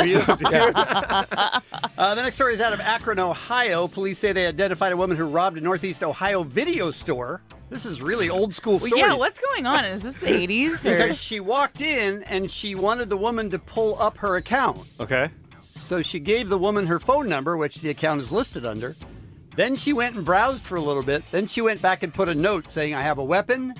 Uh, the next story is out of Akron, Ohio. Police say they identified a woman who robbed a Northeast Ohio video store. This is really old school Well, stories. yeah, what's going on? Is this the 80s? Or... Because she walked in and she wanted the woman to pull up her account. Okay. So she gave the woman her phone number, which the account is listed under. Then she went and browsed for a little bit. Then she went back and put a note saying, I have a weapon.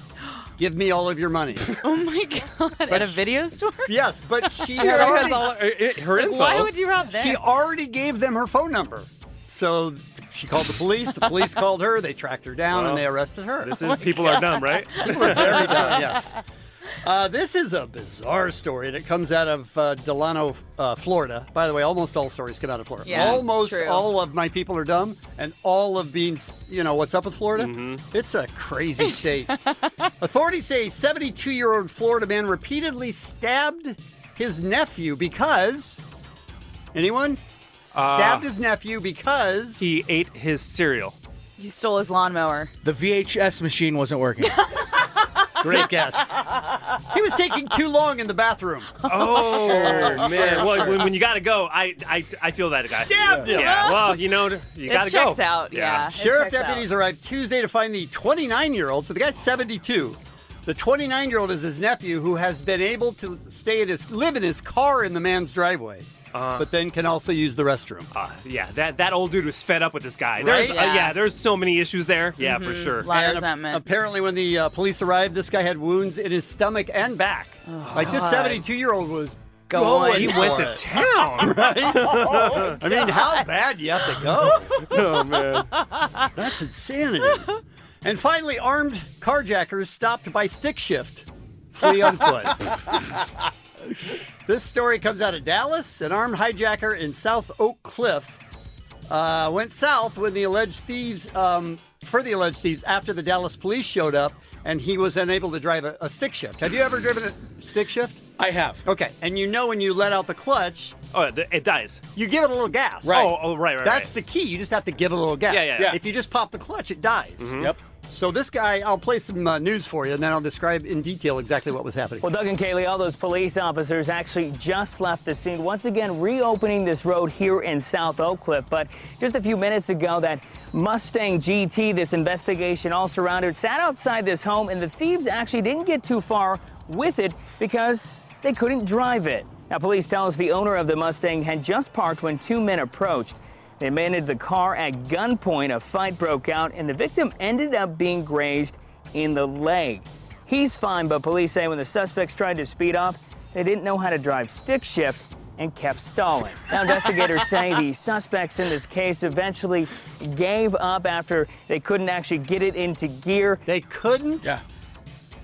Give me all of your money. Oh my god! At a video store? Yes, but She she had already already, has all her info. Why would you rob She them? already gave them her phone number. So she called the police. The police called her. They tracked her down Well, and they arrested her. Oh This is people are dumb, right? People are very dumb. Yes. Uh, this is a bizarre story, and it comes out of uh, Delano, uh, Florida. By the way, almost all stories come out of Florida. Yeah, almost true. all of my people are dumb, and all of Beans, you know, what's up with Florida? Mm-hmm. It's a crazy state. Authorities say a 72 year old Florida man repeatedly stabbed his nephew because. Anyone? Stabbed his nephew because Uh, he ate his cereal. He stole his lawnmower. The VHS machine wasn't working. Great guess. He was taking too long in the bathroom. Oh Sure, man! sure, well, sure. when, when you gotta go, I, I I feel that guy Stabbed him. Yeah. Well, you know, you It gotta go. checks out, yeah. Sheriff It checks deputies arrived Tuesday to find the 29 year old. So the guy's 72. The 29 year old is his nephew who has been able to stay in his live in his car in the man's driveway, but then can also use the restroom. Uh-huh. Uh, Yeah, that, that old dude was fed up with this guy. There's, Right? uh, Yeah. Mm-hmm. yeah, there's so many issues there. Yeah, for sure. And ap- Apparently, when the uh, police arrived, this guy had wounds in his stomach and back. like this God. 72 year old was Going going. He went for to it. town. right? Oh, I mean, how God. bad do you have to go? oh man, that's insanity. And finally, armed carjackers stopped by stick shift, flee on foot. This story comes out of Dallas. An armed hijacker in South Oak Cliff uh, went south when the alleged thieves, um, for the alleged thieves, after the Dallas police showed up, and he was unable to drive a, a stick shift. Have you ever driven a stick shift? I have. Okay, and you know when you let out the clutch, oh, th- it dies. You give it a little gas. Right. Oh, oh, right, right, That's right. the key. You just have to give it a little gas. Yeah, yeah, yeah. If you just pop the clutch, it dies. Yep. So this guy, I'll play some uh, news for you, and then I'll describe in detail exactly what was happening. Well, Doug and Kaylee, all those police officers actually just left the scene, once again reopening this road here in South Oak Cliff. But just a few minutes ago, that Mustang GT, this investigation all surrounded, sat outside this home, and the thieves actually didn't get too far with it because they couldn't drive it. Now, police tell us the owner of the Mustang had just parked when two men approached. They managed the car at gunpoint. A fight broke out, and the victim ended up being grazed in the leg. He's fine, but police say when the suspects tried to speed off, they didn't know how to drive stick shift and kept stalling. Now, investigators say the suspects in this case eventually gave up after they couldn't actually get it into gear. They couldn't? Yeah.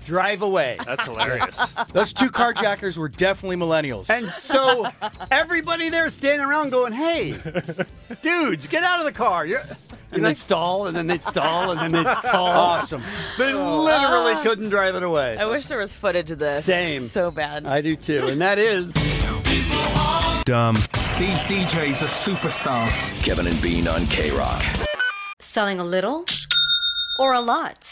Drive away. That's hilarious. Those two carjackers were definitely millennials. And so everybody there standing around going, hey, dudes, get out of the car. You're... And they'd stall, and then they'd stall, and then they'd stall. Oh. Awesome. They literally couldn't drive it away. I wish there was footage of this. Same. So bad. I do too. And that is. Dumb. These DJs are superstars. Kevin and Bean on K Rock. Selling a little or a lot?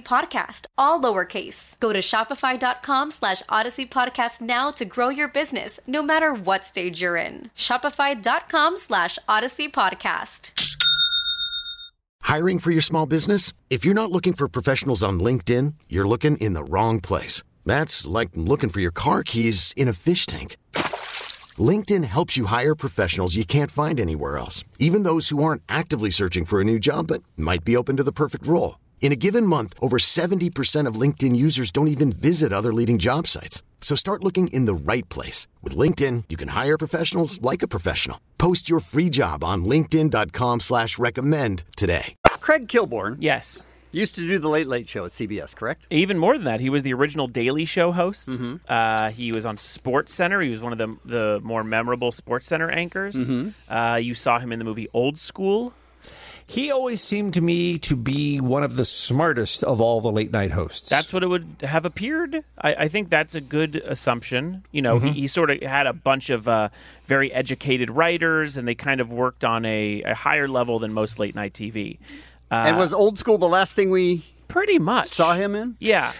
podcast, all lowercase. Go to shopify.com slash odyssey podcast now to grow your business, no matter what stage you're in. Shopify.com slash odyssey podcast. Hiring for your small business? If you're not looking for professionals on LinkedIn, you're looking in the wrong place. That's like looking for your car keys in a fish tank. LinkedIn helps you hire professionals you can't find anywhere else, even those who aren't actively searching for a new job but might be open to the perfect role. In a given month, over 70% of LinkedIn users don't even visit other leading job sites. So start looking in the right place. With LinkedIn, you can hire professionals like a professional. Post your free job on linkedin.com slash recommend today. Craig Kilborn. Yes. Used to do the Late Late Show at CBS, correct? Mm-hmm. Even more than that, he was the original Daily Show host. Uh, he was on Sports Center. He was one of the the more memorable Sports Center anchors. Mhm. Mm-hmm. Uh, you saw him in the movie Old School. He always seemed to me to be one of the smartest of all the late night hosts. That's what it would have appeared. I, I think that's a good assumption. You know, Mhm. Mm-hmm. he, he sort of had a bunch of uh, very educated writers, and they kind of worked on a, a higher level than most late night TV. and was old school the last thing we pretty much saw him in? Yeah.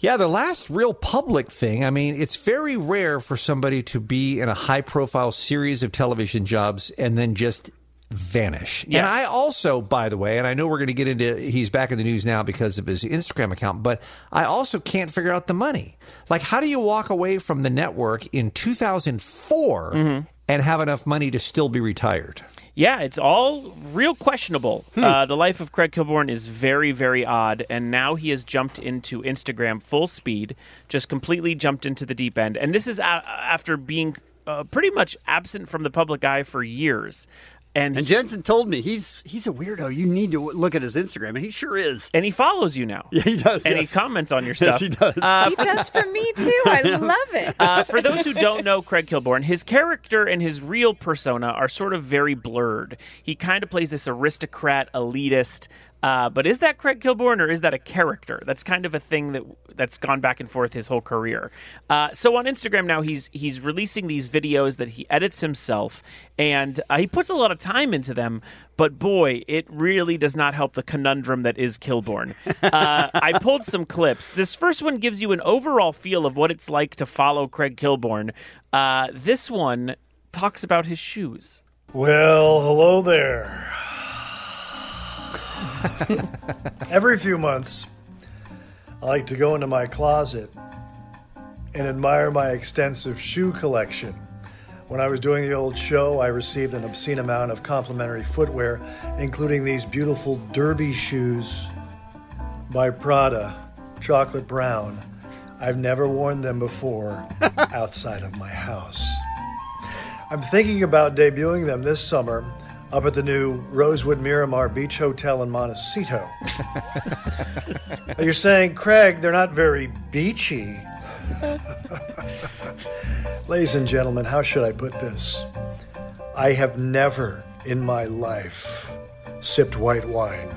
Yeah, the last real public thing. I mean, it's very rare for somebody to be in a high profile series of television jobs and then just vanish. And I also, by the way, and I know we're going to get into he's back in the news now because of his Instagram account, but I also can't figure out the money. Like how do you walk away from the network in 2004 Mm-hmm. and have enough money to still be retired? Yeah, it's all real questionable. Hmm. Uh, the life of Craig Kilborn is very, very odd, and now he has jumped into Instagram full speed, just completely jumped into the deep end. And this is a- after being uh, pretty much absent from the public eye for years. And, And Jensen told me he's he's a weirdo. You need to look at his Instagram, and he sure is. And he follows you now. Yeah, he does. and yes. he comments on your Yes, stuff. he does. Uh, he does for me too. I love it. Uh, for those who don't know Craig Kilborn, his character and his real persona are sort of very blurred. He kind of plays this aristocrat, elitist. Uh, but is that Craig Kilborn or is that a character? That's kind of a thing that that's gone back and forth his whole career. Uh, so on Instagram now, he's he's releasing these videos that he edits himself, and uh, he puts a lot of time into them. But boy, it really does not help the conundrum that is Kilborn. Uh, I pulled some clips. This first one gives you an overall feel of what it's like to follow Craig Kilborn. Uh, this one talks about his shoes. Well, hello there. Every few months, I like to go into my closet and admire my extensive shoe collection. When I was doing the old show, I received an obscene amount of complimentary footwear, including these beautiful derby shoes by Prada, chocolate brown. I've never worn them before outside of my house. I'm thinking about debuting them this summer up at the new Rosewood Miramar Beach Hotel in Montecito. You're saying, Craig, they're not very beachy. Ladies and gentlemen, how should I put this? I have never in my life sipped white wine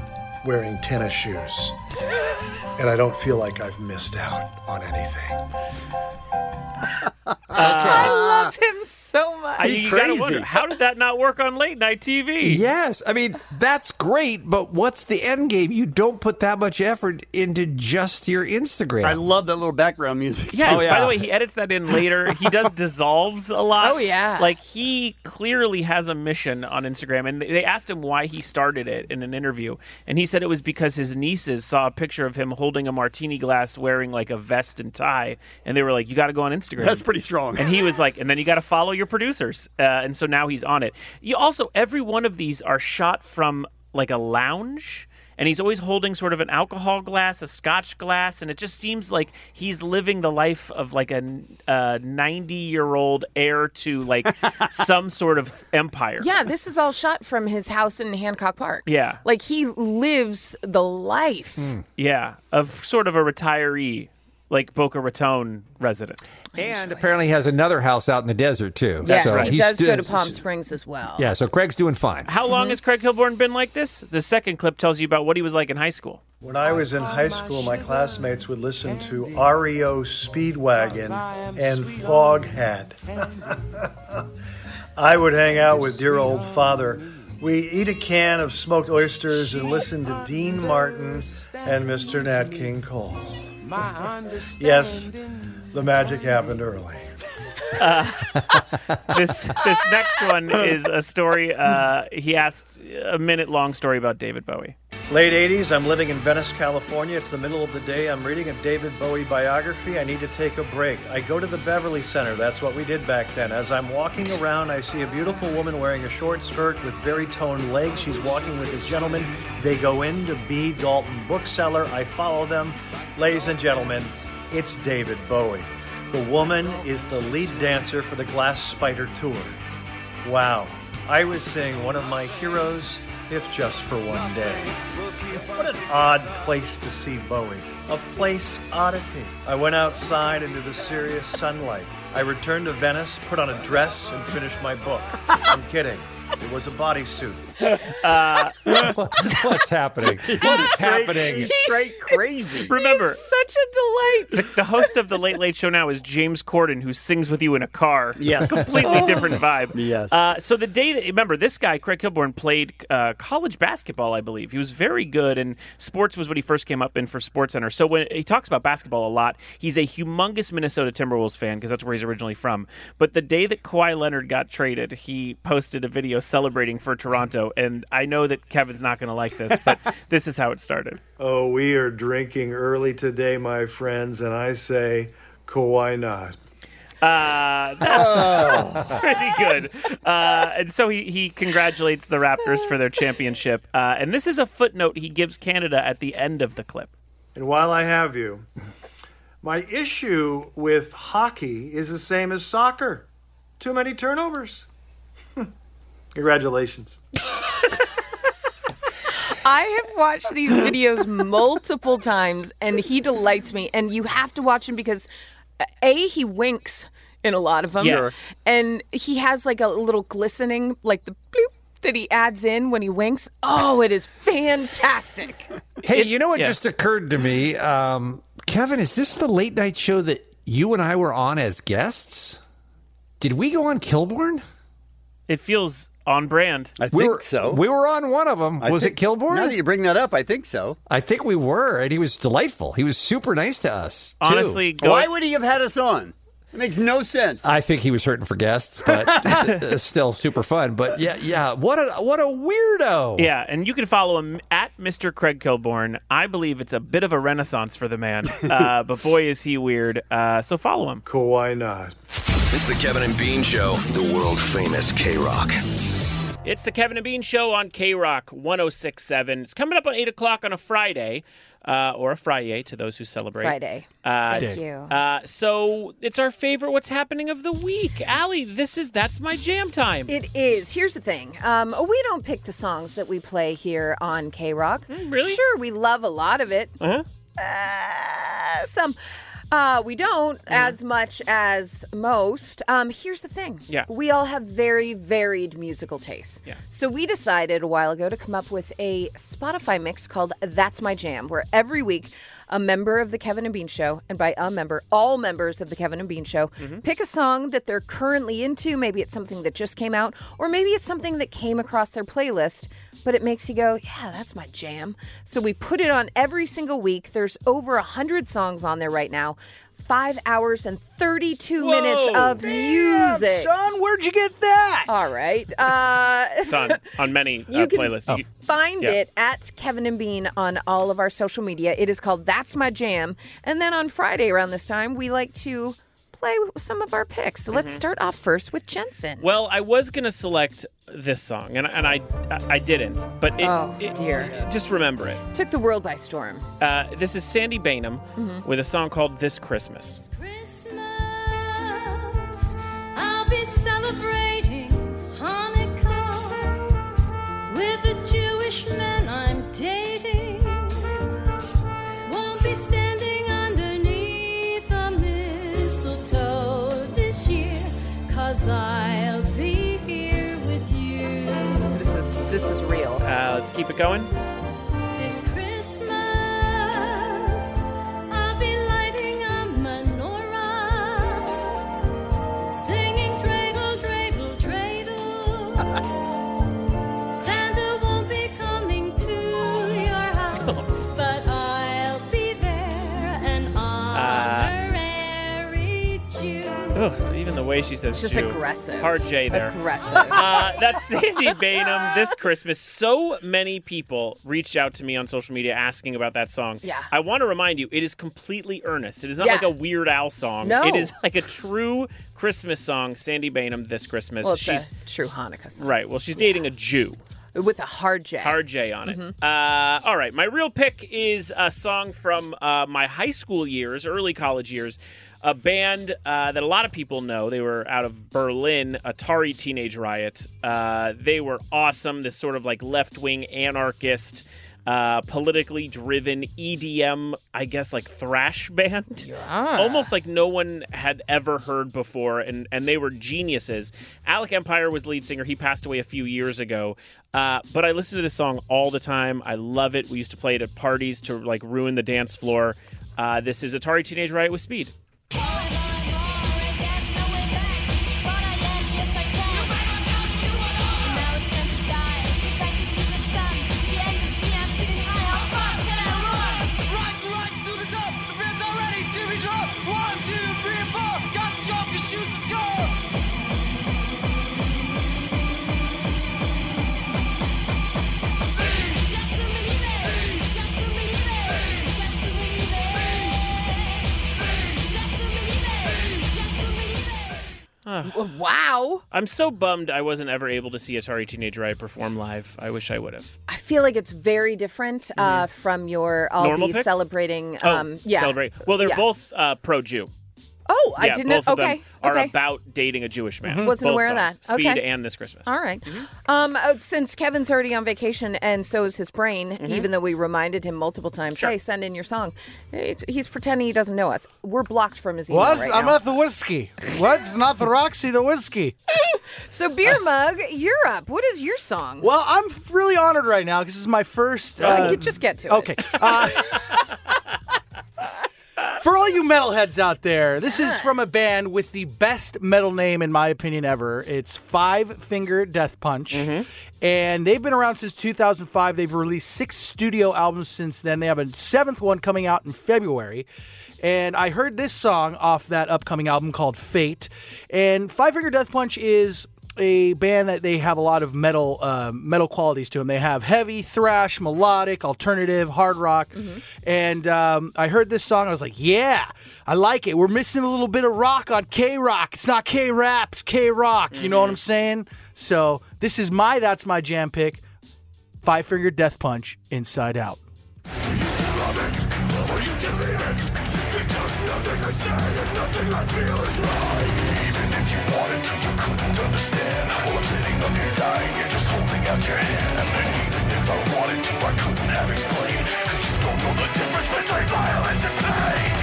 wearing tennis shoes. And I don't feel like I've missed out on anything. I love him so much. I, you gotta wonder how did that not work on late night E TV? Yes, I mean that's great, but what's the end game? You don't put that much effort into just your Instagram. I love that little background music. Yeah. Oh, By the way, he edits that in later. He does dissolves a lot. Oh, yeah. Like he clearly has a mission on Instagram, and they asked him why he started it in an interview, and he said it was because his nieces saw a picture of him holding a martini glass, wearing like a vest and tie, and they were like, "You got to go on Instagram." That's pretty strong. And he was like, and then you got to follow your producers. Uh, and so now he's on it. You also, every one of these are shot from like a lounge. And he's always holding sort of an alcohol glass, a scotch glass, and it just seems like he's living the life of like a ninety-year-old heir to like some sort of empire. Yeah, this is all shot from his house in Hancock Park. Yeah. Like he lives the life. yeah, of sort of a retiree, like Boca Raton resident. and apparently has another house out in the desert too. Yes, So he he's does go still- to Palm Springs as well. Yeah, so Craig's doing fine. How long has Craig Kilborn been like this? The second clip tells you about what he was like in high school. When I was in high school, my classmates would listen to REO Speedwagon and Foghat. I would hang out with dear old father. We'd eat a can of smoked oysters and listen to Dean Martin and Mr. Nat King Cole. Yes, the magic happened early. this this next one is a story. Uh, he asked a minute long story about David Bowie. Late 80s, I'm living in Venice, California. It's the middle of the day. I'm reading a David Bowie biography. I need to take a break. I go to the Beverly Center. That's what we did back then. As I'm walking around, I see a beautiful woman wearing a short skirt with very toned legs. She's walking with this gentleman. They go into B. Dalton Bookseller. I follow them. Ladies and gentlemen, it's David Bowie. The woman is the lead dancer for the Glass Spider Tour. Wow, I was seeing one of my heroes, if just for one day. What an odd place to see Bowie. A place oddity. I went outside into the serious sunlight. I returned to Venice, put on a dress, and finished my book. I'm kidding. It was a bodysuit. Uh, What's happening? What's happening? straight crazy. Remember, such a delight. the, the host of the Late Late Show now is James Corden, who sings with you in a car. Yes. It's a completely different vibe. Yes. Uh, so the day that remember this guy Craig Kilborn played uh, college basketball, I believe he was very good, and sports was what he first came up in for Sports Center. So when he talks about basketball a lot, he's a humongous Minnesota Timberwolves fan because that's where he's originally from. But the day that Kawhi Leonard got traded, he posted a video celebrating for Toronto, and I know that Kevin's not going to like this, but this is how it started. Oh, we are drinking early today, my friends, and I say, Kawhi not. Uh, that's pretty good. Uh, and so he, he congratulates the Raptors for their championship. Uh, and this is a footnote he gives Canada at the end of the clip. And while I have you, my issue with hockey is the same as soccer too many turnovers. Congratulations. I have watched these videos multiple times, and he delights me. And you have to watch him because, uh, a, he winks in a lot of them, Yes. and he has like a little glistening, like the bloop that he adds in when he winks. Oh, it is fantastic. Hey, you know what just occurred to me? Um, Kevin, is this the late night show that you and I were on as guests? Did we go on Kilborn? It feels on brand. I We think were- so. we were on one of them. Was it Kilborn? Now that you bring that up, I think so. I think we were, and he was delightful. He was super nice to us. too. why would he have had us on? It makes no sense. I think he was hurting for guests, but still super fun. But yeah, yeah, what a what a weirdo. Yeah, and you can follow him at Mr. Craig Kilborn. I believe it's a bit of a renaissance for the man, uh, but boy, is he weird. Uh, so follow him. Cool, why not? It's the Kevin and Bean Show, the world famous K Rock. It's the Kevin and Bean Show on oh K Rock 1067. It's coming up on 8 o'clock on a Friday, uh, or a Friday to those who celebrate. Friday. Uh, Thank Friday. you. Uh, so it's our favorite What's Happening of the Week. Allie, this is that's my jam time. It is. Here's the thing. Um, we don't pick the songs that we play here on K Rock. really? Sure, we love a lot of it. Uh-huh. Uh, some. Uh, we don't as much as most. Um, here's the thing. Yeah. We all have very varied musical tastes. Yeah. So we decided a while ago to come up with a Spotify mix called That's My Jam, where every week a member of the Kevin and Bean Show, and by a member, all members of the Kevin and Bean Show, Mm-hmm. Mhm. pick a song that they're currently into. Maybe it's something that just came out, or maybe it's something that came across their playlist, but it makes you go, yeah, that's my jam. So we put it on every single week. There's over 100 songs on there right now. Five hours and 32 minutes Whoa. of music. son, where'd you get that? All right. Uh, It's on, on many You uh, can playlists. You- Find Yeah. it at Kevin and Bean on all of our social media. It is called That's My Jam. And then on Friday around this time, we like to play some of our picks. So Mm-hmm. let's start off first with Jensen. Well, I was gonna select this song, and and I I didn't, but it, Oh, it- dear. just remember it. Took the world by storm. Uh, this is Sandy Bainham Mhm. with a song called "This Christmas." Christmas, I'll be celebrating Hanukkah with a Jewish man I'm dating. Won't be standing underneath the mistletoe this year, cause I'll be here with you. This is this is real. Uh, let's keep it going. This Christmas, I'll be lighting a menorah, singing dreidel, dreidel, dreidel. Santa won't be coming to your house, but I'll be there and honorary Jew. Ugh, even the way she says Just Jew. aggressive. Hard J there. Aggressive. Uh, that's Sandy Bainham this Christmas. So many people reached out to me on social media asking about that song. Yeah. I want to remind you, it is completely earnest. It is not Yeah. like a Weird Al song. No. It is like a true Christmas song, Sandy Bainham this Christmas. Well, it's she's a true Hanukkah song. Right. Well, she's dating a Jew. With a hard J. Hard J on it. Mhm. Uh, all right. My real pick is a song from uh, my high school years, early college years. A band uh, that a lot of people know. They were out of Berlin, Atari Teenage Riot. Uh, they were awesome. This sort of like left wing anarchist. uh, politically driven EDM, I guess, like thrash band. It's almost like no one had ever heard before, and, and they were geniuses. Alec Empire was lead singer. He passed away a few years ago. Uh, but I listen to this song all the time. I love it. We used to play it at parties to like ruin the dance floor. Uh, this is Atari Teenage Riot with Speed. wow. I'm so bummed I wasn't ever able to see Atari Teenage Riot perform live. I wish I would have. I feel like it's very different uh, from your I'll Mm-hmm. Normal be picks? celebrating. Oh, Um, yeah. celebrate. Well, they're Yeah. both uh, pro Jew. Oh, I yeah, didn't. Both of okay. them are okay. about dating a Jewish man. Mhm. Wasn't Both aware of songs, that. Speed Okay. and this Christmas. Mm-hmm. All right. Um, uh, since Kevin's already on vacation and so is his brain, Mhm. even though we reminded him multiple times, hey, send in your song. It's, he's pretending he doesn't know us. We're blocked from his email What? right I'm now. not the whiskey. What? not the Roxy, the whiskey. So, Beer Mug, you're up. What is your song? Well, I'm really honored right now because this is my first. Uh, uh, get- just get to okay. Uh, for all you metalheads out there, this is from a band with the best metal name, in my opinion, ever. It's Five Finger Death Punch. Mm-hmm. And they've been around since 2005. They've released six studio albums since then. They have a seventh one coming out in February. And I heard this song off that upcoming album called Fate. And Five Finger Death Punch is a band that they have a lot of metal uh, metal qualities to them. They have heavy, thrash, melodic, alternative, hard rock, and um, I heard this song. I was like, "Yeah, I like it." We're missing a little bit of rock on K rock. It's not K rap. It's K rock. You know what I'm saying? So this is my that's my jam pick. Five Finger Death Punch, Inside Out. Nothing I say and nothing I feel is right. Even if you wanted to, you couldn't understand. While I'm sitting on your dying, you're just holding out your hand. And even if I wanted to, I couldn't have explained. Cause you don't know the difference between violence and pain.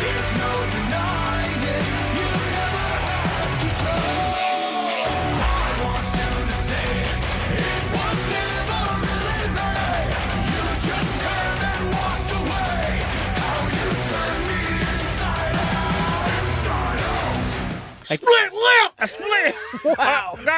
There's no denying it. You never had control. I want you to say it was never really me. You just turned and walked away. How you turned me inside out. Inside out. Split lip! A split! Wow. Uh, uh,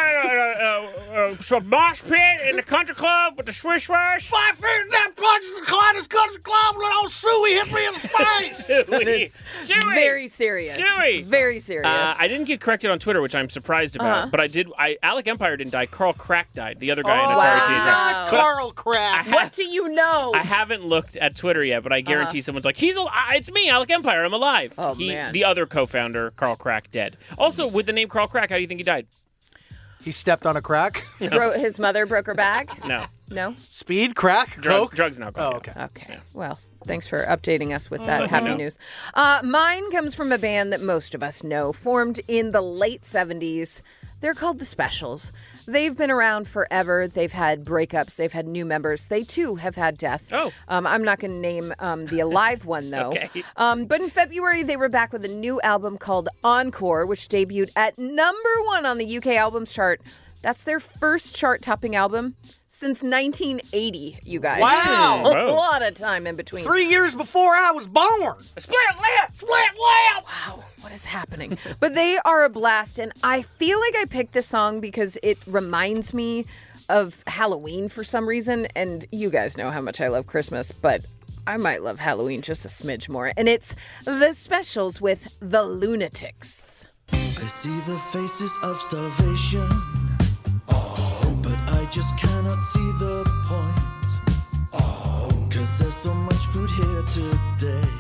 uh, uh, so, mosh pit in the country club with the swish swash. Five finger death punch is the Clyde's Country Club when old Suey hit me in the space. Suey. Very serious. Suey. Very serious. Uh, I didn't get corrected on Twitter, which I'm surprised about. Uh-huh. But I did. I Alec Empire didn't die. Carl Crack died. The other guy in Oh, Atari wow. Teenage Riot. But Carl Crap. What do you know? I haven't looked at Twitter yet, but I guarantee Uh-huh. someone's like, "He's al- I- it's me, Alec Empire. I'm alive." Oh man. The other co-founder, Carl Crack, dead. Also, with the name Carl Crack, how do you think he died? He stepped on a crack. Bro- his mother broke her back? No. No? Speed, crack, Drug- coke, drugs, and alcohol. Oh, okay. Okay. Well, thanks for updating us with Just that let me happy know. news. Uh, mine comes from a band that most of us know, formed in the late 70s. They're called The Specials. They've been around forever. They've had breakups. They've had new members. They too have had death. Oh. Um, I'm not going to name um, the alive one, though. Okay. um, but in February, they were back with a new album called Encore, which debuted at number one on the UK albums chart. That's their first chart topping album since 1980, you guys. Wow. A Wow. lot of time in between. Three years before I was born. Split lip! Split lip! Wow, what is happening? but they are a blast, and I feel like I picked this song because it reminds me of Halloween for some reason. And you guys know how much I love Christmas, but I might love Halloween just a smidge more. And it's the specials with the Lunatics. I see the faces of starvation. Oh. But I just cannot see the point. Oh. Cause there's so much food here today.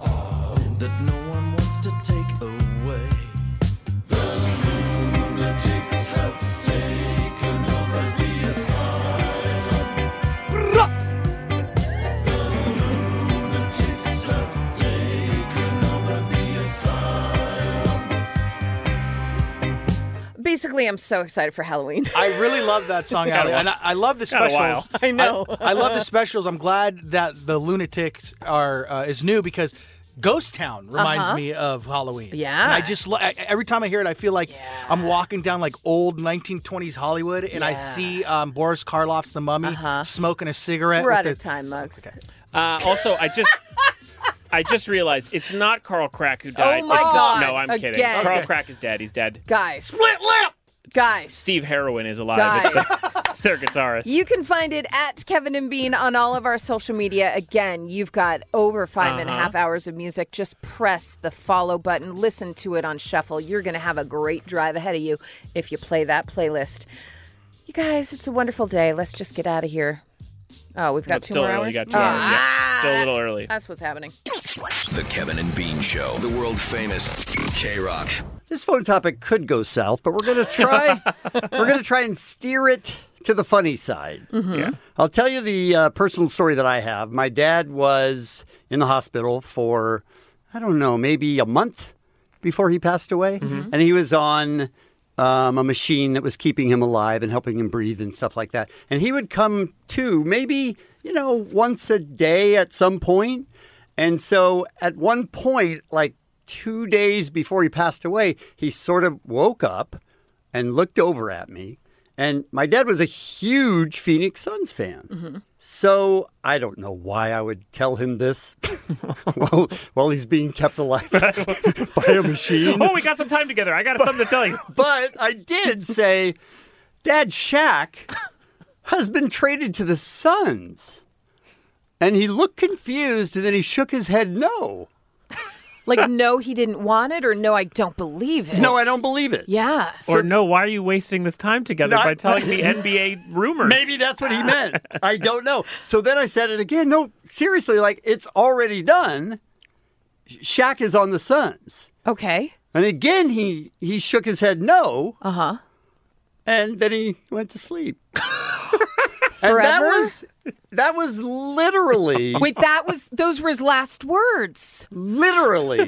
Oh. That no one wants to take away. The lunatics have taken over the asylum. The lunatics have taken over the asylum. Basically, Frankly, I'm so excited for Halloween. I really love that song, Got a Allie, while. and I, I love the Got a specials. while. I know. I, I love the specials. I'm glad that the Lunatics are uh, is new because Ghost Town reminds Uh-huh. me of Halloween. Yeah. and I just lo- I, every time I hear it, I feel like I'm walking down like old 1920s Hollywood, and I Yeah. Uh-huh. see um, Boris Karloff's The Mummy smoking a cigarette. We're with out the- of time, Mugs. Uh, also, I just. I just realized it's not Carl Crack who died. my It's- God. No, I'm kidding. Again. Carl Okay. Crack is dead. He's dead. Guys. Split lip! Guys. Steve Heroin is alive. Guys. It's their guitarist. You can find it at Kevin and Bean on all of our social media. Again, you've got over five and a half Uh-huh. hours of music. Just press the follow button, listen to it on shuffle. You're going to have a great drive ahead of you if you play that playlist. You guys, it's a wonderful day. Let's just get out of here. Oh, we've got It's two still more early. hours. You got two Oh, hours. Yeah. Still a little early. That's what's happening. The Kevin and Bean Show, the world famous K Rock. This phone topic could go south, but we're gonna try. we're gonna try and steer it to the funny side. Mhm. Yeah. I'll tell you the uh, personal story that I have. My dad was in the hospital for I don't know, maybe a month before he passed away, and he was on um, a machine that was keeping him alive and helping him breathe and stuff like that. And he would come to maybe you know once a day at some point. And so at one point, like two days before he passed away, he sort of woke up and looked over at me. And my dad was a huge Phoenix Suns fan. Mm-hmm. So I don't know why I would tell him this while, while he's being kept alive by a machine. Oh, we got some time together. I got something to tell you. But I did say, Dad, Shaq has been traded to the Suns. And he looked confused and then he shook his head no. Like, no, he didn't want it, or no, I don't believe it. No, I don't believe it. Yeah. or no, why are you wasting this time together Not- by telling me NBA rumors? Maybe that's what he meant. I don't know. So then I said it again. No, seriously, like it's already done. Shaq is on the Suns. Okay. And again he he shook his head no. Uh-huh. And then he went to sleep. And that Forever? was that was literally Wait, that was those were his last words. literally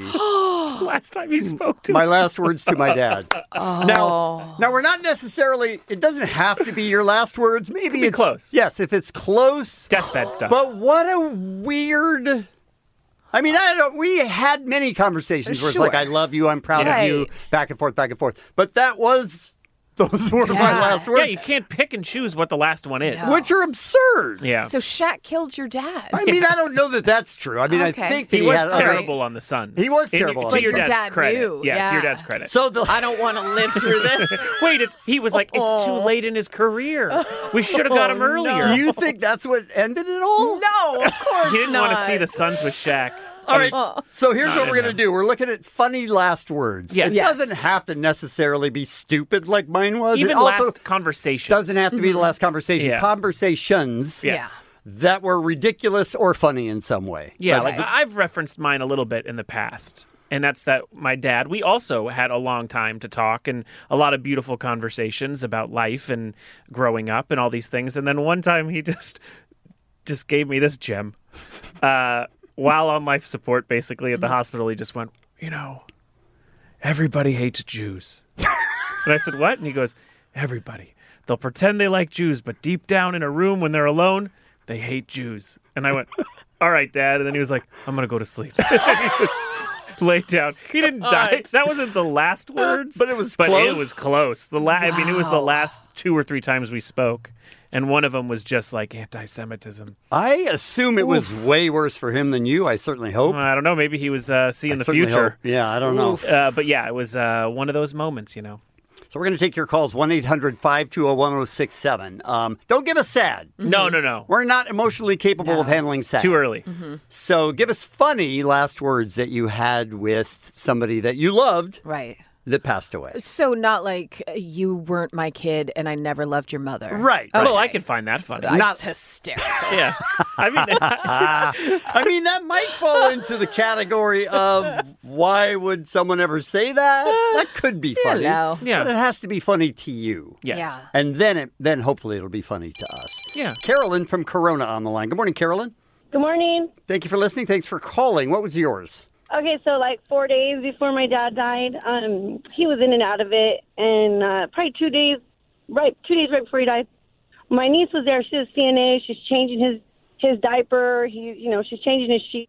last time he spoke to my last words to my dad. Oh. Now, now we're not necessarily. It doesn't have to be your last words. Maybe be it's close. Yes, if it's close. Deathbed stuff. But what a weird. I mean, I don't. We had many conversations where it's like, Sure. "I love you," "I'm proud of you," Right. back and forth, back and forth. But that was those were my last Yeah, words, you can't pick and choose what the last one is. which are absurd. Yeah. So Shaq killed your dad. I mean, I don't know that that's true. I mean, Okay. I think he that was had other- terrible on the Suns. He was And you- terrible on To the your Suns. dad's Your dad credit. knew, Yeah, to yeah. your dad's credit. So the- I don't want to live through this. Wait, it's he was like, it's too Oh. late in his career. We should have got him Oh, earlier. no. Do you think that's what ended it all? No, of course He didn't want to see the Suns with Shaq. All right. So here's Not what we're in gonna do. We're looking at funny last words. Yes. It Yes. doesn't have to necessarily be stupid like mine was. Even it also last conversation doesn't have to be the last conversation. Yeah. Conversations Yes. that were ridiculous or funny in some way. Yeah, Like, like I- I've referenced mine a little bit in the past. And that's that my dad, we also had a long time to talk and a lot of beautiful conversations about life and growing up and all these things. And then one time he just just gave me this gem. Uh, while on life support basically Mm-hmm. at the hospital, he just went, you know, everybody hates Jews. and I said, What? And he goes, Everybody. They'll pretend they like Jews, but deep down in a room when they're alone, they hate Jews. And I went, All right, Dad. And then he was like, I'm going to go to sleep. And he just laid down. He didn't die. That wasn't the last words, but it was but it close? was close. The la- I mean, it was the Wow. last two or three times we spoke, and one of them was just like anti-Semitism. I assume it was way worse for him than you. I certainly hope. I don't know. Maybe he was uh, seeing I the certainly future. hope. Yeah, I don't know. Uh, but yeah, it was uh, one of those moments, you know. So we're going to take your calls 1 800 520 1067. Um, Don't give us sad. No, no, no. We're not emotionally capable of handling sad. Too early. So give us funny last words that you had with somebody that you loved Right. that passed away. So not like uh, you weren't my kid and I never loved your mother. Oh, Okay. I can find that funny. That's hysterical. Yeah. I mean, I mean, that might fall into the category of why would someone ever say that? That could be funny. Hello. Yeah. But it has to be funny to you. Yes. Yeah. And then it, then hopefully it'll be funny to us. Yeah. Carolyn from Corona on the line. Good morning, Carolyn. Good morning. Thank you for listening. Thanks for calling. What was yours? Okay, so like four days before my dad died, um, he was in and out of it, and uh, probably two days, right, two days right before he died, my niece was there. She's a CNA. She's changing his his diaper. He, you know, she's changing his sheet,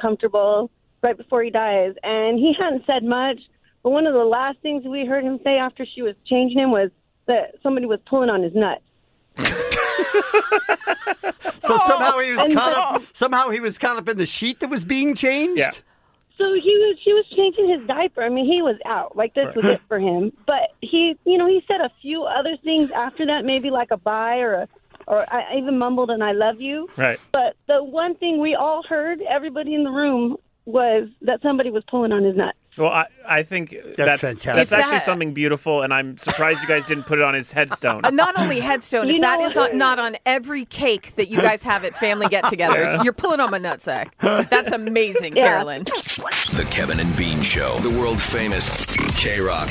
comfortable, right before he dies, and he hadn't said much. But one of the last things we heard him say after she was changing him was that somebody was pulling on his nut. So somehow he was And uh, caught so- up. Somehow he was caught up in the sheet that was being changed. Yeah. So he was she was changing his diaper. I mean, he was out. Like this was it for him. But he, you know, he said a few other things after that, maybe like a bye or a, or I I even mumbled an I love you. Right. But the one thing we all heard, everybody in the room, was that somebody was pulling on his nut. Well, I, I think that's that's, fantastic. It's actually that- something beautiful, and I'm surprised you guys didn't put it on his headstone. Uh, not only headstone, if You know that what? is on, not on every cake that you guys have at family get-togethers, Yeah. you're pulling on my nutsack. That's amazing, Carolyn. The Kevin and Bean Show, the world famous K Rock.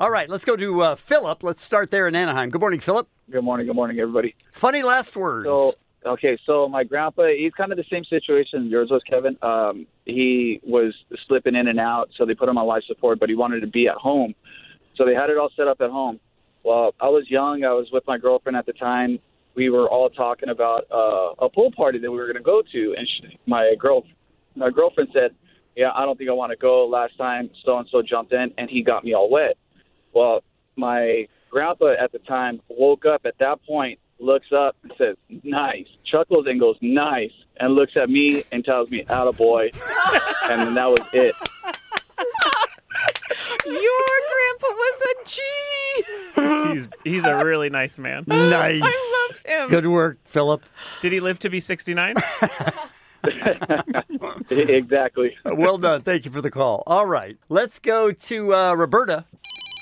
All right, let's go to uh, Philip. Let's start there in Anaheim. Good morning, Philip. Good morning. Good morning, everybody. Funny last words. So okay, so my grandpa, he's kind of the same situation as yours was, Kevin. Um, he was slipping in and out, so they put him on life support, but he wanted to be at home, so they had it all set up at home. Well, I was young. I was with my girlfriend at the time. We were all talking about uh, a pool party that we were going to go to, and she, my girl, my girlfriend said, "Yeah, I don't think I want to go." Last time, so and so jumped in, and he got me all wet. Well, my grandpa at the time woke up at that point, looks up and says, "Nice," chuckles and goes, "Nice," and looks at me and tells me, "Out boy," and then that was it. Your grandpa was a G. he's he's a really nice man. Nice. I love him. Good work, Philip. Did he live to be 69? exactly. Uh, well done. Thank you for the call. All right, let's go to uh, Roberta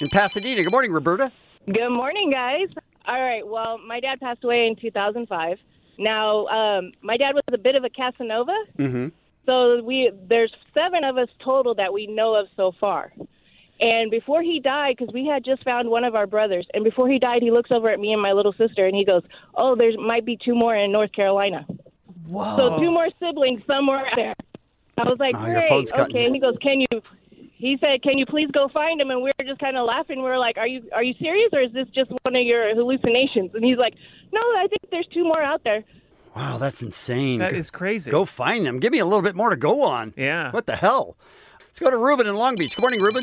in Pasadena. Good morning, Roberta. Good morning, guys. All right. Well, my dad passed away in 2005. Now, um, my dad was a bit of a Casanova, Mm-hmm. so we there's seven of us total that we know of so far. And before he died, because we had just found one of our brothers, and before he died, he looks over at me and my little sister, and he goes, "Oh, there's might be two more in North Carolina." Whoa. So two more siblings somewhere out there. I was like, Oh, your "Great, phone's cutting. okay." And he goes, "Can you?" He said, "Can you please go find him?" And we were just kind of laughing. We were like, "Are you are you serious, or is this just one of your hallucinations?" And he's like, "No, I think there's two more out there." Wow, that's insane. That Go- is crazy. Go find them. Give me a little bit more to go on. Yeah. What the hell? Let's go to Ruben in Long Beach. Good morning, Ruben.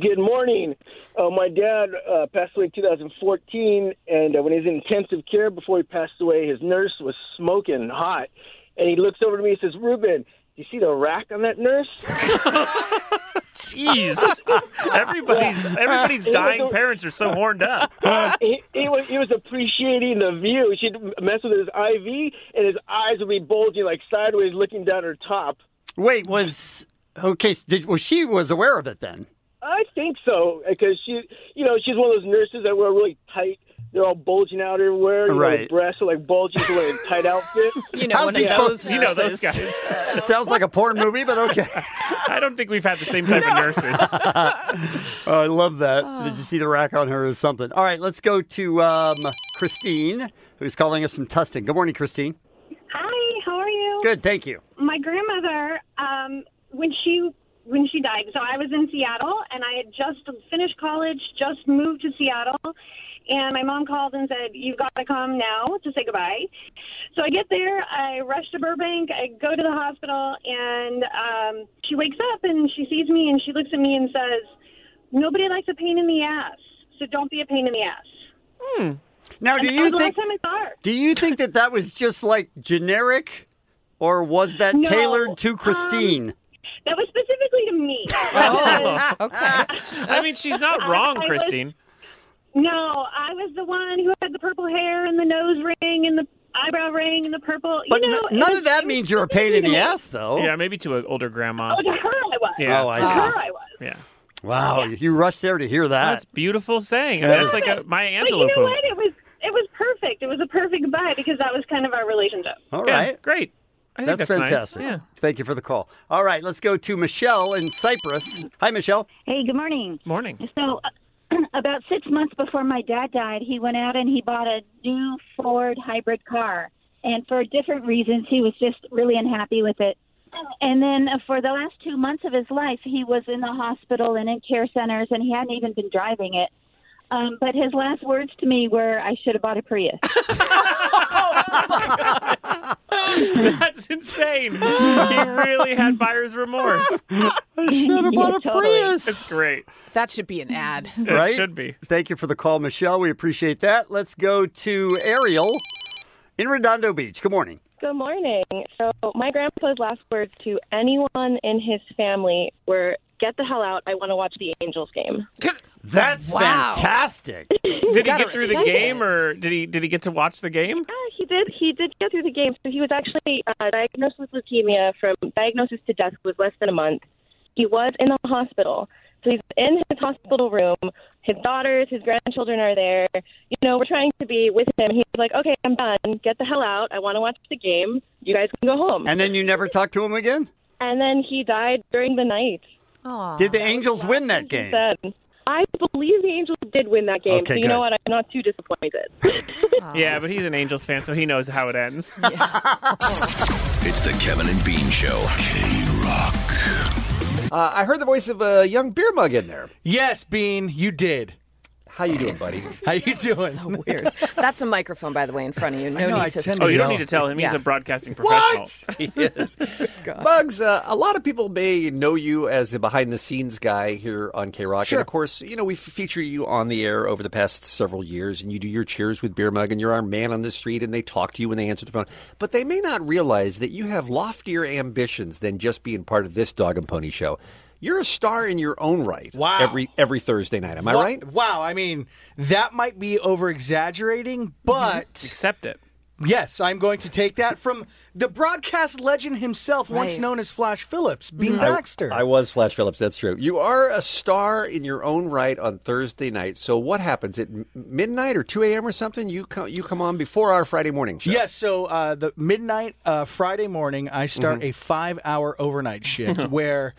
Good morning. Uh, my dad uh, passed away in 2014, and uh, when he was in intensive care before he passed away, his nurse was smoking hot. And he looks over to me and says, Ruben, you see the rack on that nurse? Jeez. Everybody's everybody's dying parents are so horned up. he, he, was, he was appreciating the view. She'd mess with his IV, and his eyes would be bulging like sideways, looking down her top. Wait, was okay? s- Did, well, she was aware of it then. I think so because she, you know, she's one of those nurses that wear really tight. They're all bulging out everywhere. You Know, Right. the breasts are like bulging so wearing a tight outfit. How's he supposed- it sounds like a porn movie, but okay. I don't think we've had the same type of nurses. Oh, I love that. Did you see the rack on her or something? All right, let's go to um, Christine, who's calling us from Tustin. Good morning, Christine. Hi, how are you? Good, thank you. My grandmother, um, when she when she died, so I was in Seattle and I had just finished college, just moved to Seattle, and my mom called and said, "You've got to come now to say goodbye." So I get there, I rush to Burbank, I go to the hospital, and um, she wakes up and she sees me and she looks at me and says, "Nobody likes a pain in the ass, so don't be a pain in the ass." Hmm. Now, And do that you was the think last time I saw her. do you think that that was just like generic, or was that No, tailored to um, Christine? That was specifically to me. uh, Oh, okay. I mean, she's not wrong, Christine. no, I was the one who had the purple hair and the nose ring and the eyebrow ring wearing the purple. But you know, n- it none was- of that means you're a pain in the amazing. ass, though. Yeah, maybe to an older grandma. Oh, to her I was. Yeah. Oh, I to see. her I was. Yeah. Wow, you rushed there to hear that. That's beautiful saying. That That's is- like a Maya But you Angelou know poem. what? It was it was perfect. It was a perfect buy because that was kind of our relationship. All right. great. I think that's nice. fantastic. Yeah. Thank you for the call. All right, let's go to Michelle in Cyprus. Hi, Michelle. Hey, good morning. Morning. So, uh, about six months before my dad died, he went out and he bought a new Ford hybrid car. And for different reasons, he was just really unhappy with it. And then uh, for the last two months of his life, he was in the hospital and in care centers, and he hadn't even been driving it. Um, but his last words to me were, I should have bought a Prius. That's insane. he really had buyer's remorse. should have bought a Prius. It's great. That should be an ad. Right? be. Thank you for the call, Michelle. We appreciate that. Let's go to Ariel in Redondo Beach. Good morning. Good morning. So, my grandpa's last words to anyone in his family were, Get the hell out. I want to watch the Angels game. That's Wow. fantastic. Did he Gotta get through the respect it. game, or did he did he get to watch the game? Yeah, he did. He did get through the game. So, he was actually uh, diagnosed with leukemia from diagnosis to death was less than a month. He was in the hospital. So, he's in his hospital room. His daughters, his grandchildren are there. You know, we're trying to be with him. He's like, Okay, I'm done. Get the hell out. I want to watch the game. You guys can go home. And then you never talked to him again? And then he died during the night. Did Uh, the Angels win that game? Then I believe the Angels did win that game. so Okay, you good. know what? I'm not too disappointed. Oh. Yeah, but he's an Angels fan, so he knows how it ends. It's the Kevin and Bean Show. Uh, I heard the voice of a young beer mug in there. Yes, Bean, you did. How you doing, buddy? How you doing? So weird. That's a microphone, by the way, in front of you. No I know, I need to. tend Oh, to you don't yell. need to tell him. He's Yeah. a broadcasting professional. What? yes. Bugs, uh, a lot of people may know you as the behind the scenes guy here on K Rock. And of course, you know, we've featured you on the air over the past several years, and you do your cheers with Beer Mug, and you're our man on the street, and they talk to you when they answer the phone. But they may not realize that you have loftier ambitions than just being part of this dog and pony show. You're a star in your own right. Wow. Every every Thursday night. Am I Wa- right? Wow, I mean, that might be over exaggerating, but accept it. Yes, I'm going to take that from the broadcast legend himself, once Right. Mm-hmm. known as Flash Phillips, Bean I- Baxter. I, was Flash Phillips. That's true. You are a star in your own right on Thursday night. So what happens at m- midnight or two a.m. or something? You come you come on before our Friday morning show. Yes, so uh, the midnight uh, Friday morning, I start Mhm. a five-hour overnight shift where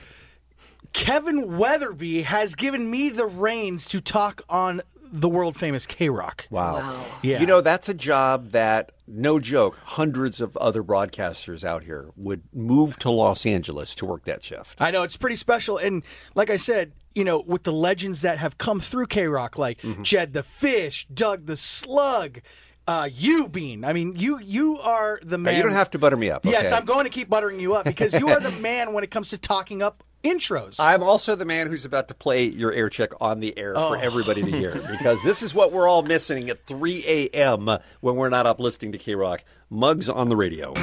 Kevin Weatherby has given me the reins to talk on the world-famous K Rock. Wow. Yeah. You know that's a job that no joke. Hundreds of other broadcasters out here would move to Los Angeles to work that shift. I know it's pretty special, and like I said, you know, with the legends that have come through K Rock, like Mm-hmm. Jed the Fish, Doug the Slug, uh, you Bean. I mean, you you are the Now, man. you don't have to butter me up. Yes, okay? I'm going to keep buttering you up because you are the man when it comes to talking up intros. I'm also the man who's about to play your air check on the air Oh. for everybody to hear because this is what we're all missing at 3 a.m. when we're not up listening to K Rock. Mugs on the radio.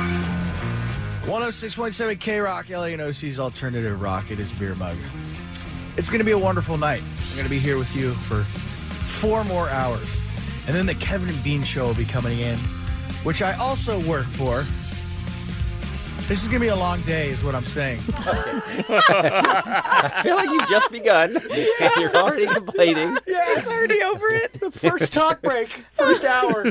106.7 K Rock, LA and OC's alternative rock. It is Beer Mug. It's going to be a wonderful night. I'm going to be here with you for four more hours. And then the Kevin and Bean show will be coming in, which I also work for. This is going to be a long day, is what I'm saying. I feel like you've just begun. and You're already complaining. Yes, already over it. The first talk break, first hour.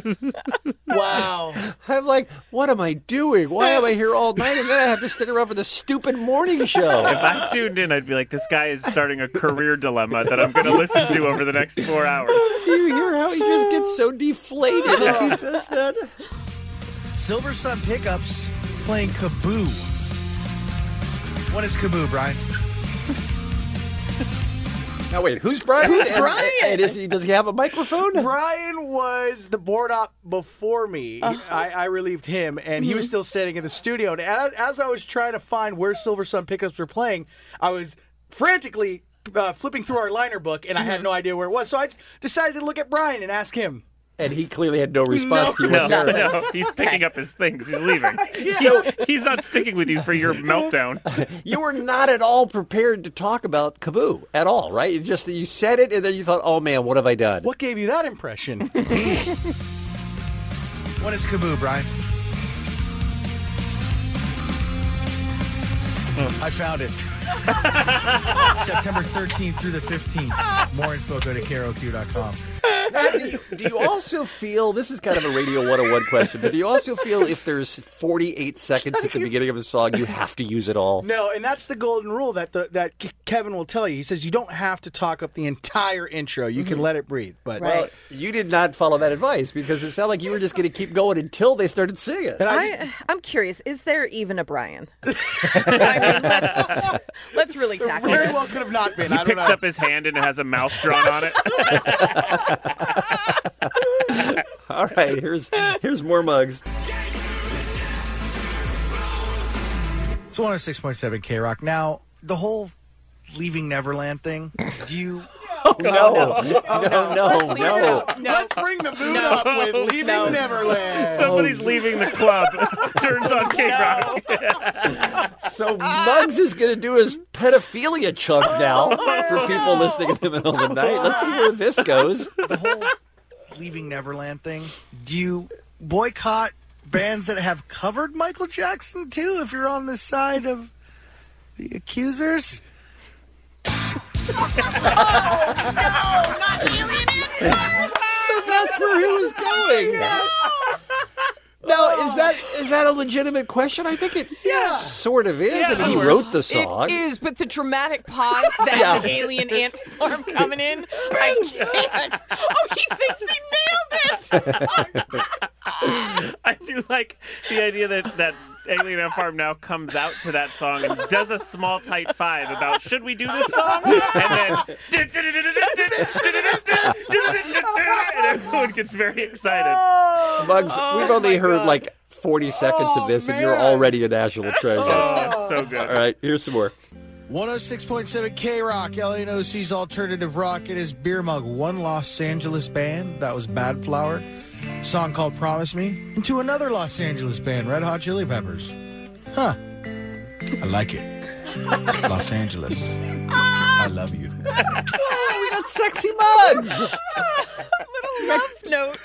Wow. I'm like, what am I doing? Why am I here all night? And then I have to stick around for the stupid morning show. Oh. If I tuned in, I'd be like, this guy is starting a career dilemma that I'm going to listen to over the next four hours. Do you hear how he just gets so deflated as he says that? Silver Sun Pickups playing Kaboo. What is Kaboo, Brian? Now wait, who's Brian? Who's And- Brian? and is he- does he have a microphone? Brian was the board op before me. Uh-huh. I, I relieved him, and he was Mm-hmm. Mhm. still standing in the studio. And as, as I was trying to find where Silver Sun pickups were playing, I was frantically uh, flipping through our liner book, and I Mm-hmm. had no idea where it was. So I decided to look at Brian and ask him. And he clearly had no response. No, He was no, there. no, Oh, he's picking up his things. He's leaving. he's not sticking with you for your meltdown. you were not at all prepared to talk about Kaboo at all, right? It just that you said it and then you thought, oh man, what have I done? What gave you that impression? What is Kaboo, Brian? Hmm. I found it. September 13th through the 15th. More info, go to caroq.com. Do you also feel this is kind of a radio 101 question, but do you also feel if there's 48 seconds at the beginning of a song, you have to use it all? No, and that's the golden rule that the, that K- Kevin will tell you. He says you don't have to talk up the entire intro. You Mm-hmm. can let it breathe. But Well, you did not follow that advice because it sounded like you were just going to keep going until they started singing. I, I'm curious. Is there even a Brian? I mean, let's, let's really tackle very this. well could have not He been. I don't picks know. up his hand and it has a mouth drawn on it. All right, here's here's more mugs. It's 106.7 K Rock. Now, the whole leaving Neverland thing, do you. Oh, no. No, no, Please no. Let's bring the mood up with Leaving Neverland. Somebody's leaving the club. Turns on K Rock. So Muggs is going to do his pedophilia chunk Oh, now for people listening in the middle of the night. Let's see where this goes. The whole leaving Neverland thing, do you boycott bands that have covered Michael Jackson too if you're on the side of the accusers? So that's where he was going. Now is that is that a legitimate question? I think it sort of is. I mean, he wrote the song. It is, but the dramatic pause that Yeah. the alien ant farm coming in, I can't. Oh, he thinks he nailed it. I do like the idea that that Alien Ant Farm now comes out to that song and does a small tight five about should we do this song? And then and everyone gets very excited. Muggs, Oh we've only heard like 40 seconds of this, and you're already a national treasure. Oh. so good. All right, here's some more. 106.7 K Rock, LANOC's alternative rock. It is Beer Mug, one Los Angeles band. That was Bad Flower. Song called Promise Me. And to another Los Angeles band, Red Hot Chili Peppers. Huh. I like it. Los Angeles. I love you. we got sexy mugs. Little love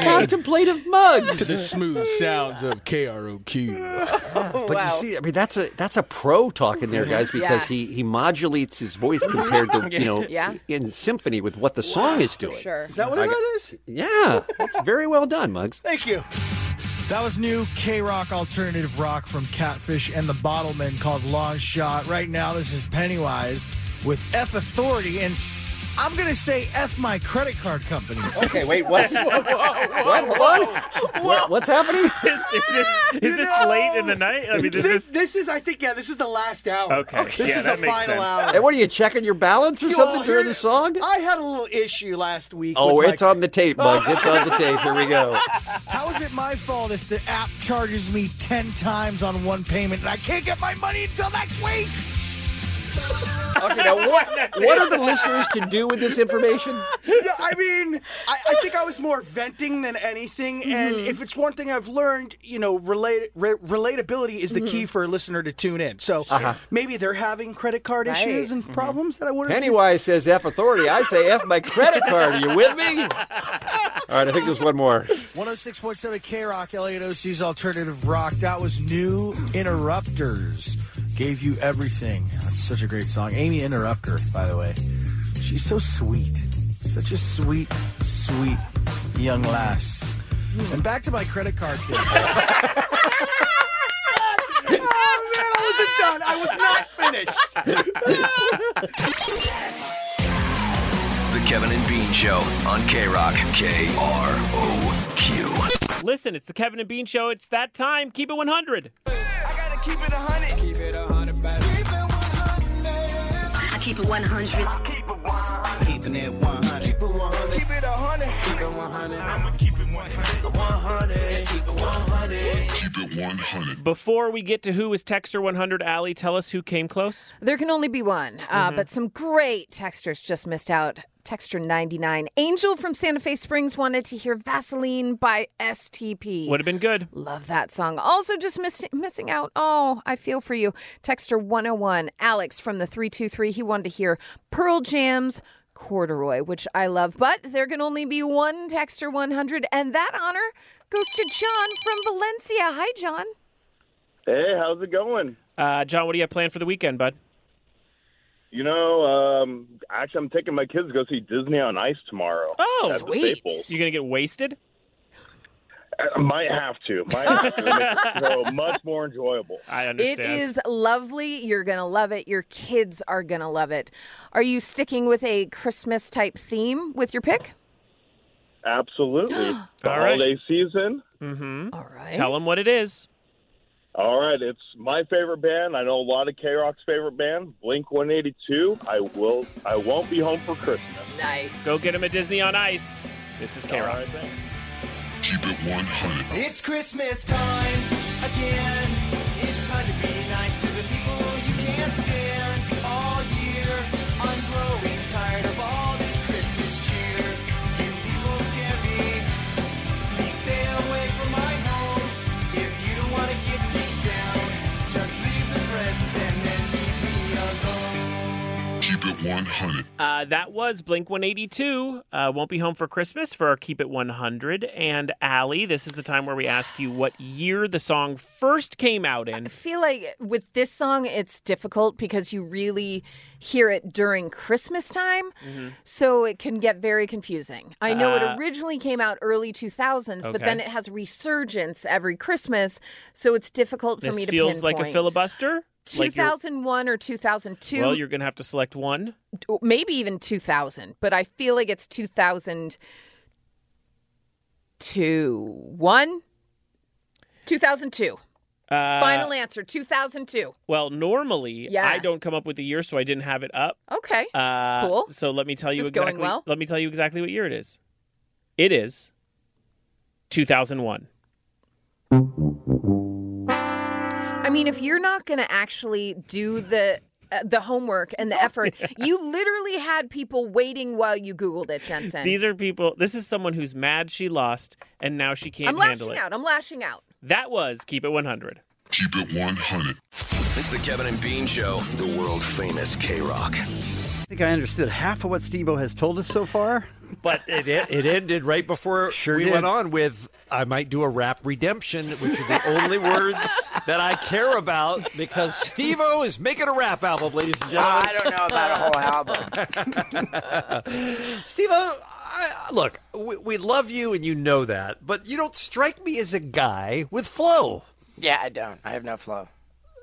Contemplative mugs. To the smooth sounds of KROQ. But you see, I mean, that's a that's a pro talking there, guys, because Oh, Yeah. he he modulates his voice compared to you know Yeah. in symphony with what the song is doing. sure. Is that what I that got- is? Yeah, it's very well done, Mugs. Thank you. That was new K Rock alternative rock from Catfish and the Bottlemen called Long Shot. Right now, this is Pennywise with F Authority, and I'm going to say F my credit card company. Okay, wait, what? What? What? What- What's happening? Is, is this, is You this know, late in the night? I mean, is this, this this is, I think, yeah, this is the last hour. Okay, This yeah, is the that makes final sense. hour. And what are you checking your balance or You all something hear during the it? song? I had a little issue last week. Oh, with it's my- on the tape, Mugs. It's on the tape. Here we go. How is it my fault if the app charges me 10 times on one payment and I can't get my money until next week? Okay, now what? What are the listeners to do with this information? yeah, I mean, I, I think I was more venting than anything. And Mm-hmm. if it's one thing I've learned, you know, relate, re- relatability is the Mm-hmm. key for a listener to tune in. So Uh-huh. maybe they're having credit card Right. issues and problems that I wouldn't. Mm-hmm. Pennywise says F authority. I say F my credit card. Are you with me? All right, I think there's one more. 106.7 K Rock, LANOC's alternative rock. That was New Interrupters. Gave You Everything. That's such a great song. Amy Interrupter, by the way. She's so sweet. Such a sweet, sweet young lass. And back to my credit card thing. oh, man, I wasn't done. I was not finished. The Kevin and Bean Show on K Rock. K R O Q. Listen, it's the Kevin and Bean show. It's that time. Keep it 100. Keep it 100. Keep it 100, baby. Keep it 100. I keep it 100. I keep it 100. Keeping it 100. Keep it 100. Keep it 100. Keep it 100. I'ma keep it 100. 100. Keep it 100. Keep it 100. Before we get to who is Texter 100, Allie, tell us who came close. There can only be one, uh, but some great texters just missed out. Texter 99. Angel from Santa Fe Springs wanted to hear Vaseline by STP. Would have been good. Love that song. Also, just miss- missing out. Oh, I feel for you. Texter 101, Alex from the 323. He wanted to hear Pearl Jam's Corduroy, which I love, but there can only be one Texter 100, and that honor goes to John from Valencia. Hi, John. Hey, how's it going? Uh, John, what do you have planned for the weekend, bud? You know, um, actually, I'm taking my kids to go see Disney on Ice tomorrow. Oh, at the Staples. You gonna get wasted? I might have to. Might have to. It makes it so much more enjoyable. I It is lovely. You're going to love it. Your kids are going to love it. Are you sticking with a Christmas type theme with your pick? Absolutely. It's the All right. holiday season. Mm-hmm. All right. Tell them what it is. All right, it's my favorite band. I know a lot of K Rock's favorite band, Blink 182. I will. I won't be home for Christmas. Nice. Go get them at Disney on Ice. This is K Rock. Keep it 100. It's Christmas time again. It's time to be nice to the people you can't stand all year. I'm growing tired of all this Christmas cheer. You people scare me. Please stay away from my home. If you don't want to get me down, just leave the presents and then leave me alone. Keep it 100. Uh, that was Blink 182. Uh, Won't Be Home for Christmas for our Keep It 100. And Allie, this is the time where we ask you what year the song first came out in. I feel like with this song, it's difficult because you really hear it during Christmas time. So it can get very confusing. I know Mm-hmm. Uh, it originally came out early 2000s, but Okay. then it has a resurgence every Christmas. So it's difficult for This me to feels like a pinpoint. filibuster. Like you're- 2001 or 2002, well, you're going to have to select one. maybe even 2000, but I feel like it's 2002. 1? 2002. Uh, Final answer 2002. Well, normally Yeah. I don't come up with the year, so I didn't have it up. Okay. Uh, Cool. So let me tell This you is going exactly. well. Let me tell you exactly what year it is. It is 2001. I mean, if you're not going to actually do the uh, the homework and the effort, you literally had people waiting while you Googled it, Jensen. These are people. This is someone who's mad she lost, and now she can't I'm handle lashing it. out. I'm lashing out. That was keep it 100. Keep it 100. It's the Kevin and Bean Show, the world famous K Rock. I think I understood half of what Steve O has told us so far. But it, it ended right before we did. went on with I might do a rap redemption, which are the only words that I care about because Steve O is making a rap album, ladies and gentlemen. I don't know about a whole album. Steve, I, I, look, we, we love you and you know that, but you don't strike me as a guy with flow. Yeah, I don't. I have no flow.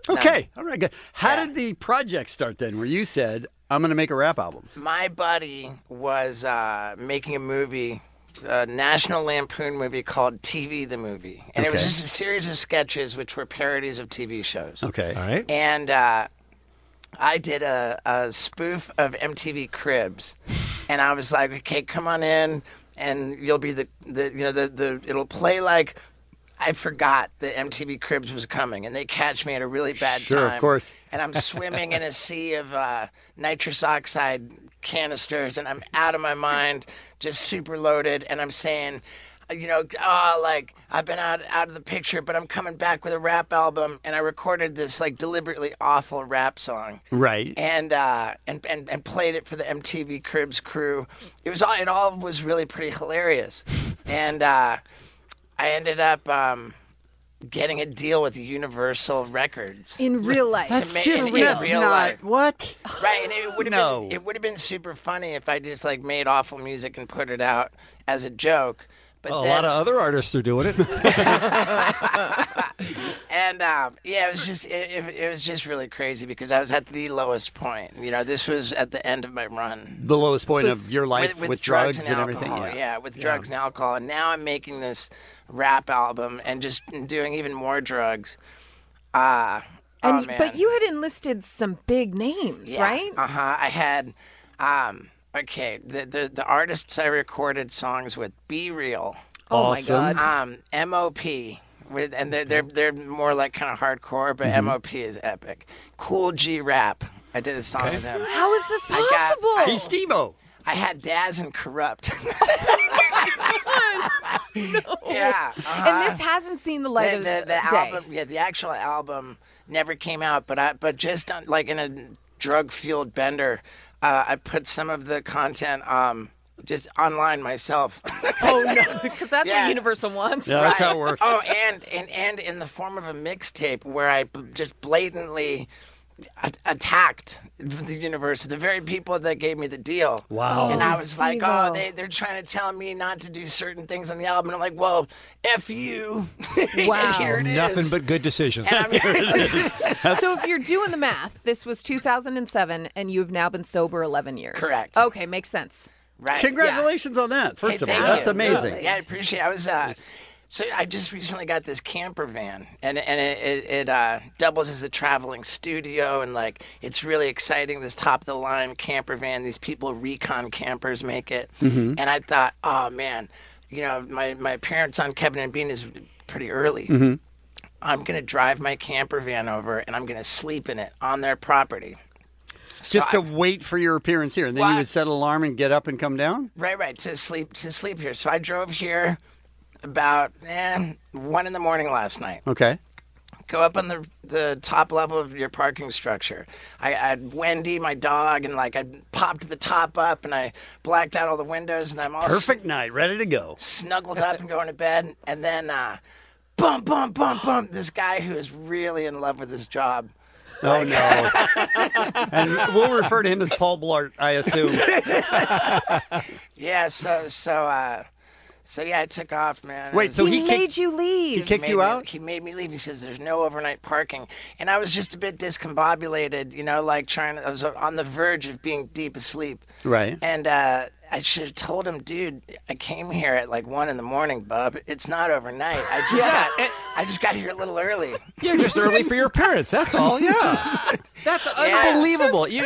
Okay, all right, good. How did the project start then? Where you said I'm going to make a rap album? My buddy was uh, making a movie, a National Lampoon movie called TV the Movie. And it was Okay. just a series of sketches which were parodies of TV shows. Okay, all right. And uh, I did a, a spoof of MTV Cribs, and I was like, okay, come on in, and you'll be the, the you know the the it'll play like I forgot that MTV Cribs was coming, and they catch me at a really bad Sure, time. of course. And I'm swimming in a sea of uh, nitrous oxide canisters, and I'm out of my mind, just super loaded, and I'm saying you know, ah, like I've been out out of the picture, but I'm coming back with a rap album, and I recorded this like deliberately awful rap song, Right. and uh, and and and played it for the MTV Cribs crew. It was all it all was really pretty hilarious, and uh, I ended up um, getting a deal with Universal Records In real life. To ma- in real life. what. Right, and it would have No. been it would have been super funny if I just like made awful music and put it out as a joke. But Well, Oh, a then, lot of other artists are doing it. and um, yeah, it was just it, it, it was just really crazy because I was at the lowest point. You know, this was at the end of my run. The lowest point of your life with, with, drugs, and, everything. alcohol. Yeah, with drugs and alcohol. And now I'm making this rap album and just doing even more drugs. Ah, oh, And man. but you had enlisted some big names, right? Uh huh. I had, um, okay, the, the the artists I recorded songs with, Be Real. Oh my Awesome. God. Um, M.O.P. With, and they're, they're they're more like kind of hardcore, but M.O.P. is epic. Cool G Rap. I did a song with him. How is this possible? He's Demo. I had Daz and Corrupt. Yeah. uh-huh. And this hasn't seen the light the, of the, the day. album yeah the actual album never came out but i but just on, like in a drug fueled bender uh, i put some of the content um just online myself. Oh no, because that's Yeah. what Universal wants. Right. Oh, and and and in the form of a mixtape where I b- just blatantly a- attacked the universe, the very people that gave me the deal. Wow. And I was like, Steve-o. oh, they they're trying to tell me not to do certain things on the album. And I'm like, well, f you. and here it is. Oh, Nothing but good decisions. so if you're doing the math, this was 2007, and you've now been sober 11 years. Correct. Okay, makes sense. Right. Congratulations on that. First Hey, of all, thank that's you. amazing. Yeah, I appreciate. it. I was uh, so I just recently got this camper van, and and it it, it uh, doubles as a traveling studio, and like it's really exciting. This top of the line camper van. These people recon campers make it, Mm-hmm. Mhm. and I thought, oh man, you know, my my appearance on Kevin and Bean is pretty early. Mm-hmm. I'm gonna drive my camper van over, and I'm gonna sleep in it on their property. Just to wait for your appearance here, and then you would set an alarm and get up and come down. Right, right. To sleep, to sleep here. So I drove here about eh, one in the morning last night. Okay. Go up on the the top level of your parking structure. I, I had Wendy, my dog, and like I popped the top up and I blacked out all the windows and I'm all Perfect night, ready to go. snuggled up and going to bed. And then, uh, bum, bum, bum, bum. This guy who is really in love with his job. Oh no. and we'll refer to him as Paul Blart, I assume. Yeah. So so uh, so yeah, I took off, man. It Wait, was- so he He kicked- made you leave. he kicked made you me- out? He made me leave. He says there's no overnight parking, and I was just a bit discombobulated, you know, like trying. to I was on the verge of being deep asleep. Right. And uh, I should have told him, dude, I came here at like one in the morning, bub. It's not overnight. I just got, I just got here a little early. You're just early for your parents. That's all. Yeah. That's unbelievable. You,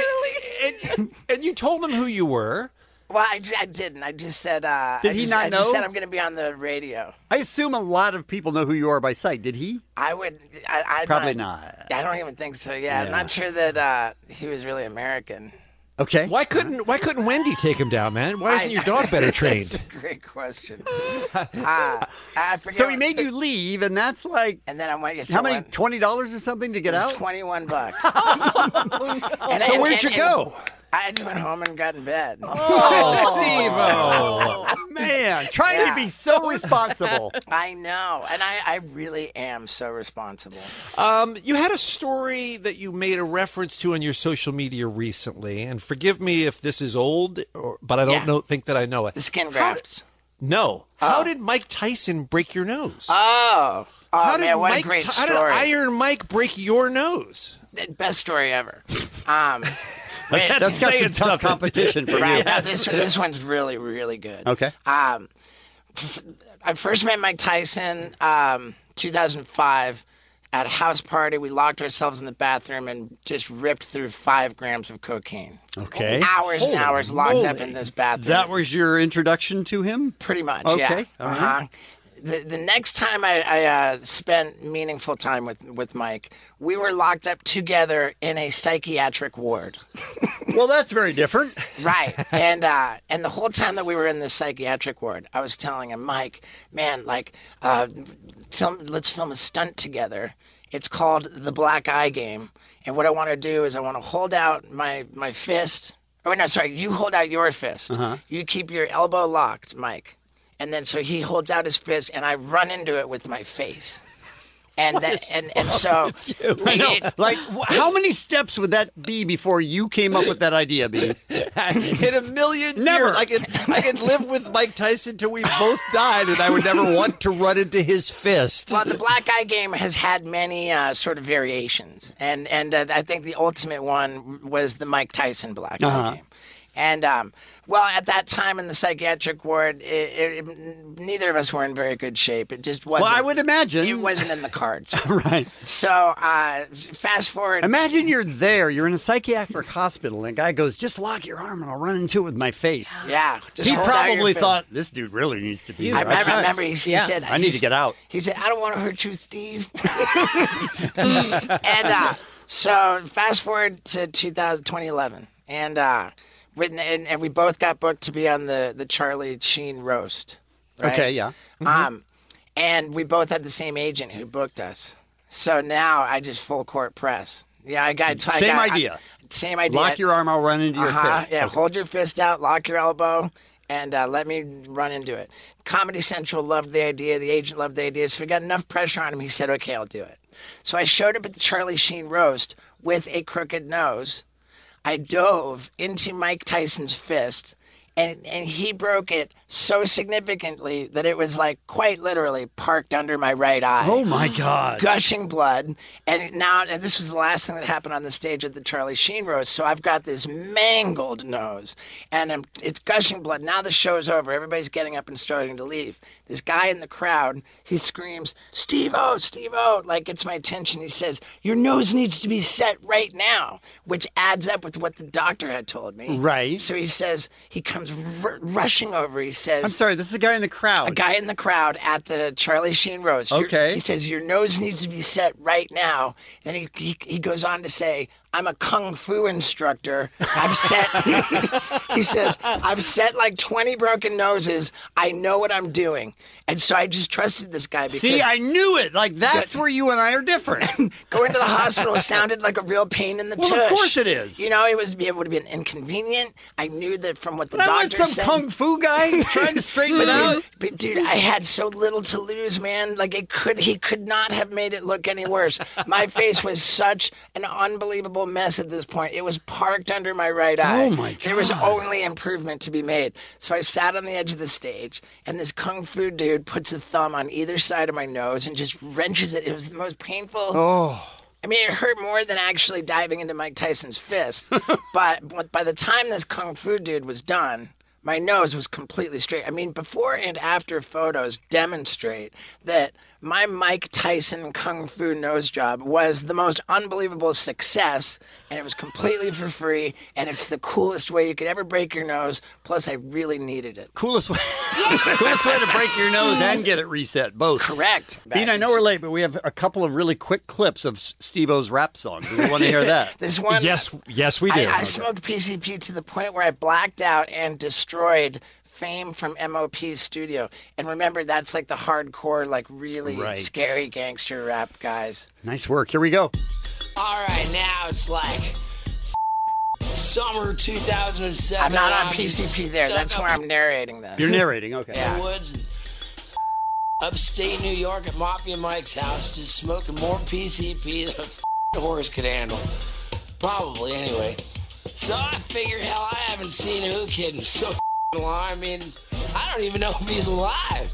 and, and you told them who you were. Well, I, j- I didn't. I just said. Uh, Did I he just, not I just know? said I'm going to be on the radio. I assume a lot of people know who you are by sight. Did he? I would. I, I'm Probably not. I don't even think so. Yeah, Yeah. I'm not sure that uh, he was really American. Okay. Why couldn't Why couldn't Wendy take him down, man? Why isn't your dog better That's trained? a great question. Ah, I forget So he what- made you leave, and that's like. And then I went. How many? Twenty dollars or something to get out? Oh, Twenty-one bucks. So where'd you go? I just went home and got in bed. Oh. Oh, Steve-o. Man, trying to be so responsible. I know, and I, I really am so responsible. Um, you had a story that you made a reference to on your social media recently, and forgive me if this is old, or, but I don't Yeah. know, think that I know it. The skin grafts. no. How did Mike Tyson break your nose? Oh, oh How did man, what Mike a great Ty- how story! did Iron Mike break your nose? Best story ever. Um, wait, That's got some tough competition for right, you. now this this one's really really good. Okay. Um, I first met Mike Tyson um, 2005 at a house party. We locked ourselves in the bathroom and just ripped through five grams of cocaine. Okay. Hours Holy and hours locked up moly. in this bathroom. That was your introduction to him? Pretty much. Okay. uh-huh. Yeah. Uh-huh. All right. The, the next time I, I uh, spent meaningful time with, with Mike, we were locked up together in a psychiatric ward. Well, that's very different. Right. And uh, and the whole time that we were in the psychiatric ward, I was telling him, Mike, man, like, uh, film, let's film a stunt together. It's called the Black Eye Game. And what I want to do is I want to hold out my my fist. Oh no, sorry, you hold out your fist. Uh-huh. You keep your elbow locked, Mike. And then so he holds out his fist, and I run into it with my face. And that, and and so I know. it- Like, wh- how many steps would that be before you came up with that idea, B? In a million Never. years, I could I could live with Mike Tyson till we both died, and I would never want to run into his fist. Well, the black eye game has had many uh, sort of variations, and and uh, I think the ultimate one was the Mike Tyson black eye Uh, Uh-huh. game. And um, well, at that time in the psychiatric ward, it, it, neither of us were in very good shape. It just wasn't. I would imagine. it wasn't in the cards. right. So uh, fast forward. Imagine you're there, you're in a psychiatric hospital, and a guy goes, "Just lock your arm, and I'll run into it with my face." Yeah, just he hold out your probably fist. thought this dude really needs to be. I, here. I can't- remember he, he said, "I need to get out." He said, I don't want to hurt you, Steve. and uh, so fast forward to 2000, 2011. And, uh, we- and, and we both got booked to be on the, the Charlie Sheen roast. right? Okay, yeah. Mm-hmm. Um, and we both had the same agent who booked us. So now I just full court press. Yeah, I got I Same got- I- idea. same idea. Lock your arm, I'll run into your Uh-huh, fist. Yeah, hold your fist out, lock your elbow, and uh, let me run and do it. Comedy Central loved the idea. The agent loved the idea. So we got enough pressure on him. He said, okay, I'll do it. So I showed up at the Charlie Sheen roast with a crooked nose. I dove into Mike Tyson's fist. And, and he broke it so significantly that it was like quite literally parked under my right eye. Oh, my God. Gushing blood. And now, and this was the last thing that happened on the stage at the Charlie Sheen roast. So I've got this mangled nose and I'm, it's gushing blood. Now the show's over. Everybody's getting up and starting to leave. This guy in the crowd, he screams, Steve O, Steve O, like gets my attention. He says, Your nose needs to be set right now, which adds up with what the doctor had told me. Right. So he says, He comes r- rushing over. He says, I'm sorry, this is a guy in the crowd. a guy in the crowd at the Charlie Sheen roast. Your- Okay. He says, Your nose needs to be set right now. Then he, he, he goes on to say, I'm a kung fu instructor. I've set, he says, I've set like 20 broken noses. I know what I'm doing. And so I just trusted this guy because. See, I knew it. Like, that's where you and I are different. Going to the hospital sounded like a real pain in the Well, tush. of course it is. You know, it was it would have been inconvenient. I knew that from what the Not like doctor some said. kung fu guy trying to straighten it But dude- out. But dude, I had so little to lose, man. Like it could he could not have made it look any worse. My face was such an unbelievable mess at this point. It was parked under my right eye. Oh, my There was God. only improvement to be made. So I sat on the edge of the stage and this kung fu dude puts a thumb on either side of my nose and just wrenches it. It was the most painful Oh. I mean, it hurt more than actually diving into Mike Tyson's fist. but, but by the time this kung fu dude was done, my nose was completely straight. I mean, before and after photos demonstrate that my Mike Tyson kung fu nose job was the most unbelievable success, and it was completely for free, and it's the coolest way you could ever break your nose. Plus, I really needed it. Coolest way. Coolest way to break your nose and get it reset, both. Correct. Bean, I know we're late, but we have a couple of really quick clips of Steve O's rap song. Do you want to hear that? This one- Yes, yes, I, I smoked PCP to the point where I blacked out and destroyed fame from MOP's studio. And remember, that's like the hardcore, like really Right. scary gangster rap guys. nice work. Here we go. All right, now it's like summer 2007. I'm not on I'm just PCP there. stuck That's up where I'm narrating this. You're narrating, okay. in the woods and upstate New York at Mafia Mike's house, just smoking more PCP than a horse could handle. Probably, anyway. So I figure, hell, I haven't seen who kid in so long. I mean, I don't even know if he's alive.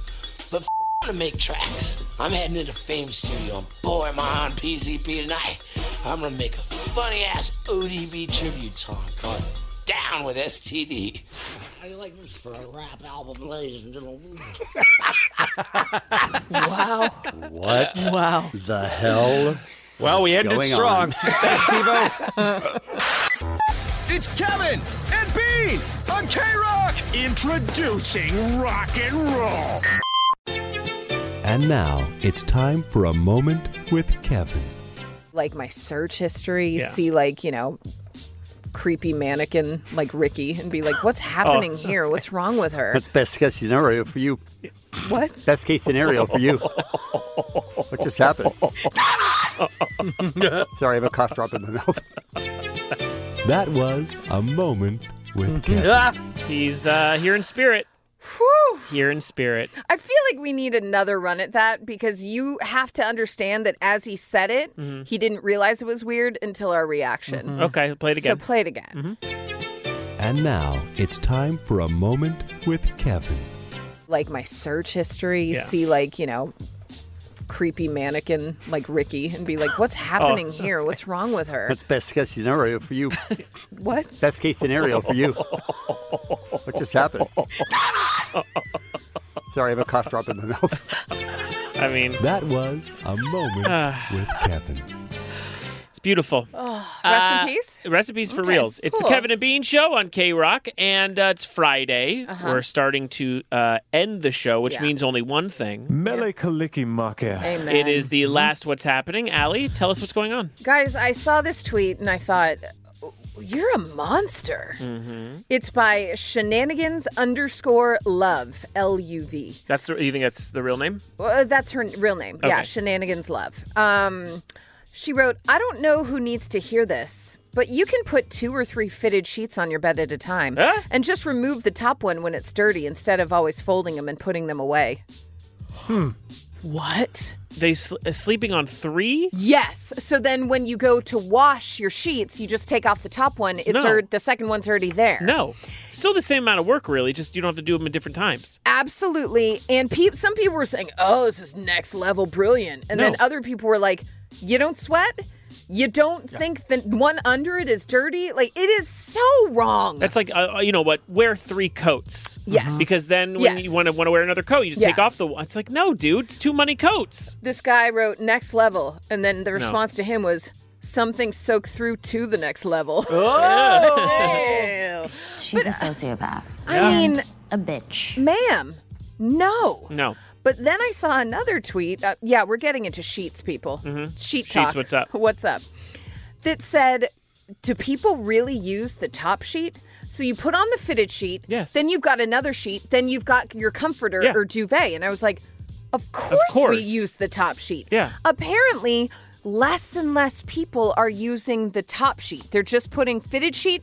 But I'm gonna make tracks. I'm heading to the Fame Studio, and boy, am I on PCP tonight. I'm gonna make a funny ass ODB tribute song called "Down with STDs." How do you like this for a rap album, ladies and gentlemen? Wow. What? Wow. The hell? Well, we is ended going strong. on? It's Kevin and Bean on K Rock. Introducing rock and roll. And now it's time for a moment with Kevin. like my search history, Yeah. see like, you know, creepy mannequin like Ricky and be like, what's happening Oh. here? What's wrong with her? That's best case scenario for you. What? Best case scenario for you. What just happened? Sorry, I have a cough drop in my mouth. That was a moment with Mm-hmm. Kevin. He's uh, here in spirit. Whew. Here in spirit. I feel like we need another run at that because you have to understand that as he said it, Mhm. he didn't realize it was weird until our reaction. Mhm. Mm-hmm. Okay, play it again. Mm-hmm. So play it again. And now it's time for a moment with Kevin. Like my search history, Yeah. see like, you know, creepy mannequin like Ricky and be like, Oh. what's happening here? What's wrong with her? That's best case scenario for you. What? Best case scenario for you. What just happened? Sorry, I have a cough drop in my mouth. I mean, uh, that was a moment with Kevin. It's beautiful. rest Uh, in peace? Recipes for Okay, reals. It's cool. the Kevin and Bean Show on K Rock, and uh, it's Friday. Uh-huh. We're starting to uh, end the show, which Yeah. means only one thing. Mele Kalikimake. Amen. It is the last What's Happening. Allie, tell us what's going on. Guys, I saw this tweet and I thought, you're a monster. Mm-hmm. It's by shenanigans underscore love, L U V. That's the, you think that's the real name? Well, that's her real name. Yeah, Okay. Shenanigans Love. Um, she wrote, I don't know who needs to hear this, But you can put two or three fitted sheets on your bed at a time and just remove the top one when it's dirty instead of always folding them and putting them away. Hmm. What? They sl- uh, sleeping on three? Yes. So then when you go to wash your sheets, you just take off the top one. It's No. alre- the second one's already there. No, still the same amount of work, really. Just you don't have to do them at different times. Absolutely. And peep, some people were saying, oh, this is next level brilliant. And then No. other people were like, you don't sweat? You don't think the one under it is dirty? Like, it is so wrong. That's like uh, uh, you know what? Wear three coats. Yes. Because then when Yes. you want to want to wear another coat, you just Yeah. take off the. one. It's like no, dude, it's too many coats. This guy wrote next level, and then the No. response to him was something soaked through to the next level. Oh. She's But, a uh, sociopath. I mean, And a bitch. ma'am, no. No. But then I saw another tweet. Uh, yeah, we're getting into sheets, people. Sheet Mm-hmm. Sheets, talk. what's up? What's up? That said, do people really use the top sheet? So you put on the fitted sheet. Yes. Then you've got another sheet. Then you've got your comforter Yeah. or duvet. And I was like, of course, course. we use the top sheet. Yeah. Apparently, less and less people are using the top sheet. They're just putting fitted sheet,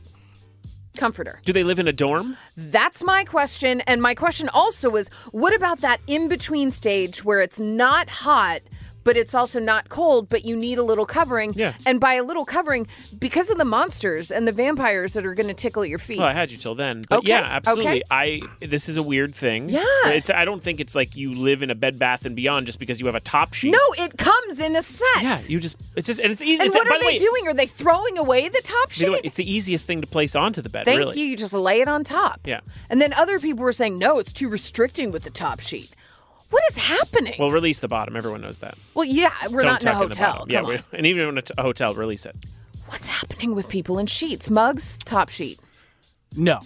comforter. Do they live in a dorm? That's my question. And my question also is what about that in between stage where it's not hot? But it's also not cold, but you need a little covering. Yeah. And by a little covering, because of the monsters and the vampires that are going to tickle your feet. Well, I had you till then, but Okay, yeah, okay. absolutely. I this is a weird thing. Yeah. It's, I don't think it's like you live in a Bed Bath and Beyond just because you have a top sheet. no, it comes in a set. Yeah, you just it's just and it's easy. and it's- what by are the they way, doing? Are they throwing away the top by the way, sheet? it's the easiest thing to place onto the bed. Thank really. you. You just lay it on top. Yeah. And then other people were saying, no, it's too restricting with the top sheet. What is happening? Well, release the bottom. Everyone knows that. Well, yeah, we're Don't not in a tuck the hotel. bottom. yeah, Come on. we're- and even in a t- a hotel, release it. What's happening with people in sheets? Mugs, top sheet. No.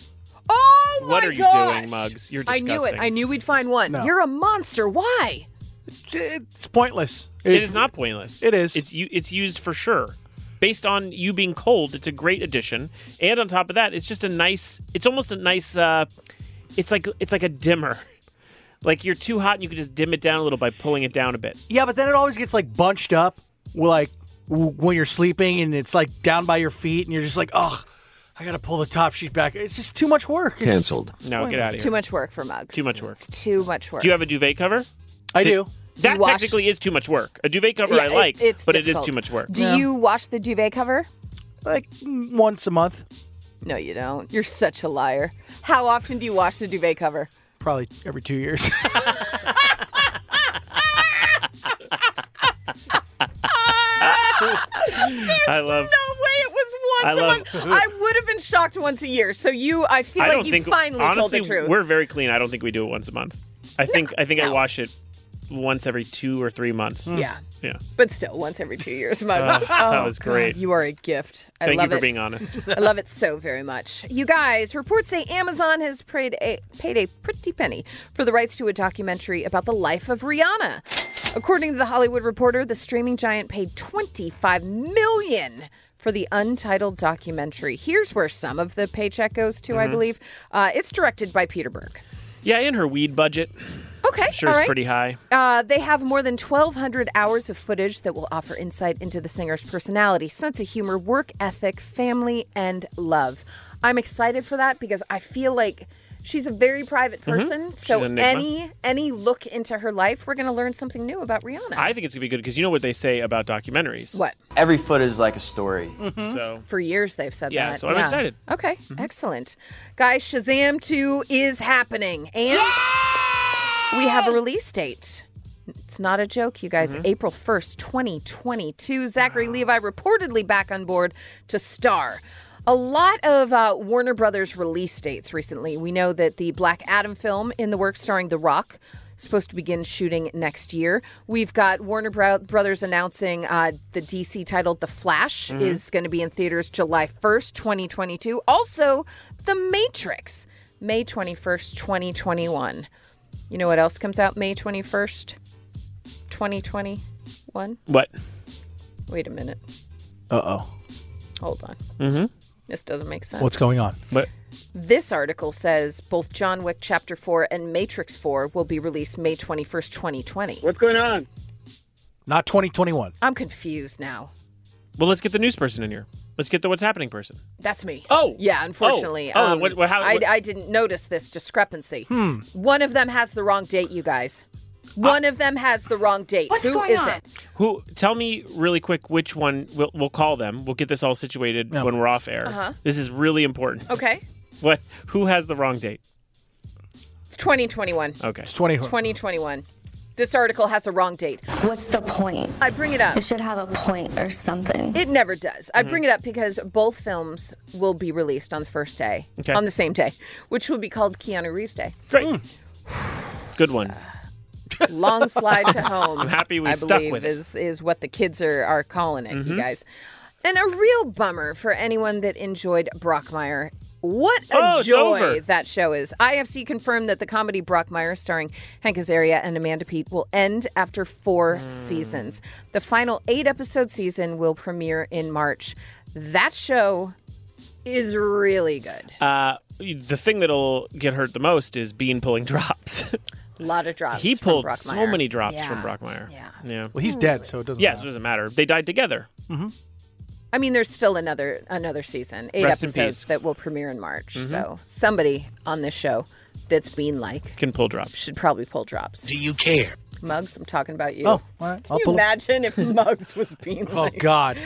Oh what my are you gosh! doing, Mugs? You're I disgusting. knew it. I knew we'd find one. No. You're a monster. Why? It's pointless. It is not pointless. It is. It's you. It's used for sure. Based on you being cold, it's a great addition. And on top of that, it's just a nice. It's almost a nice. Uh, it's like it's like a dimmer. Like you're too hot, and you can just dim it down a little by pulling it down a bit. Yeah, but then it always gets like bunched up, like w- when you're sleeping and it's like down by your feet, and you're just like, oh, I gotta pull the top sheet back. It's just too much work. It's- Canceled. No, get out of here. It's too much work for mugs. Too much work. Too much work. Do you have a duvet cover? I do. That You wash- technically is too much work. A duvet cover Yeah, I it- like, it's but it is difficult. too much work. Do you wash the duvet cover? Like once a month. No, you don't. You're such a liar. How often do you wash the duvet cover? Probably every two years. I love. No way it was I once love- a month. I would have been shocked once a year. So you, I feel I like don't you think. finally told honestly, the truth. we're very clean. I don't think we do it once a month. I think I think I wash it once every two or three months. Hmm. Yeah. Yeah. But still, once every two years, Mug. Uh, that Oh, was great. God, you are a gift. I Thank you love for it. being honest. I love it so very much. You guys, reports say Amazon has paid a, paid a pretty penny for the rights to a documentary about the life of Rihanna. According to the Hollywood Reporter, the streaming giant paid 25 million for the untitled documentary. Here's where some of the paycheck goes to, I Mhm. believe. Uh, it's directed by Peter Berg. Yeah, and her weed budget. Okay, I'm sure all it's right. pretty high. Uh, they have more than 1,200 hours of footage that will offer insight into the singer's personality, sense of humor, work ethic, family, and love. I'm excited for that because I feel like she's a very private person. Mm-hmm. She's So an enigma. any any look into her life, we're going to learn something new about Rihanna. I think it's gonna be good because you know what they say about documentaries. What? Every foot is like a story. Mm-hmm. So For years they've said Yeah, that. so I'm excited. Mm-hmm. Okay, excellent. Guys, Shazam 2 is happening. And we have a release date. It's not a joke, you Mm-hmm. guys. April 1st, 2022. Zachary Levi reportedly back on board to star. A lot of uh, Warner Brothers release dates recently. We know that the Black Adam film in the works starring The Rock is supposed to begin shooting next year. We've got Warner Bro- Brothers announcing uh, the DC titled The Flash Mm-hmm. Mhm. is going to be in theaters July 1st, 2022. Also, The Matrix, May 21st, 2021. You know what else comes out May 21st, 2021? What? Wait a minute. Uh oh. Hold on. Mm-hmm. This doesn't make sense. What's going on? What? This article says both John Wick Chapter 4 and Matrix 4 will be released May 21st, 2020. What's going on? Not 2021. I'm confused now. Well, let's get the news person in here. Let's get the what's happening person. That's me. Oh. Yeah, unfortunately. Oh, um, what- what- how- I, what- I didn't notice this discrepancy. Hmm. One of them has the wrong date, you guys. One Ah. of them has the wrong date. Who is it? Who? Tell me really quick which one. We'll, we'll call them. We'll get this all situated when we're off air. Uh-huh. This is really important. Okay. What? Who has the wrong date? It's 2021. Okay. It's 2021. This article has the wrong date. What's the point? I bring it up. It should have a point or something. It never does. Mm-hmm. I bring it up because both films will be released on the first day, Okay. on the same day, which will be called Keanu Reeves Day. Great. Good one. Long slide to home. I'm happy we I stuck believe with it. is is what the kids are are calling it, you Mhm. guys. And a real bummer for anyone that enjoyed Brockmire. What a Oh, it's joy over. that show is. IFC confirmed that the comedy Brockmire, starring Hank Azaria and Amanda Pete, will end after four Hmm. seasons. The final eight episode season will premiere in March. That show is really good. Uh, the thing that'll get hurt the most is Bean pulling drops. A lot of drops. he from pulled so Brockmire. many drops Yeah. from Brockmire. Yeah. Yeah. Well, he's dead, so it doesn't. Yes, it doesn't matter. They died together. Mm-hmm. I mean, there's still another another season, eight Rest in episodes peace. that will premiere in March. Mhm. So somebody on this show that's bean like Can pull drops. should probably pull drops. Do you care? Mugs, I'm talking about you. Oh, all right. Can I'll you pull- Oh, imagine if Mugs was bean like? God.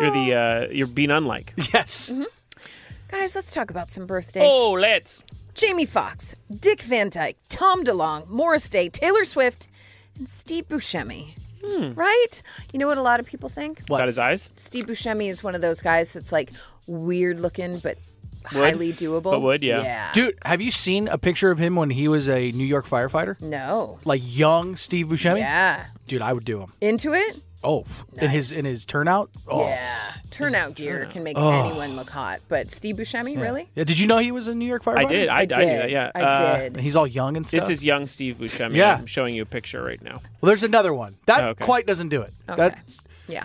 you're the uh, you're Bean unlike. Yes. Mm-hmm. Guys, let's talk about some birthdays. Oh, let's. Jamie Foxx, Dick Van Dyke, Tom DeLonge, Morris Day, Taylor Swift, and Steve Buscemi. Hmm. Right? You know what a lot of people think? What? Got his eyes? Steve Buscemi is one of those guys that's like weird looking but Would. highly doable. Yeah. Dude, have you seen a picture of him when he was a New York firefighter? No. Like young Steve Buscemi? Yeah. Dude, I would do him. Into it? Oh, in his in his turnout. Oh. Yeah. Turnout gear can make Oh. anyone look hot, but Steve Buscemi, Yeah. really? Yeah. Did you know he was a New York firefighter? I did. I, I, knew that. Yeah. I Uh, did. And he's all young and stuff. This is young Steve Buscemi. Yeah. I'm showing you a picture right now. well, there's another one that Oh, okay. quite doesn't do it. Okay. That Yeah.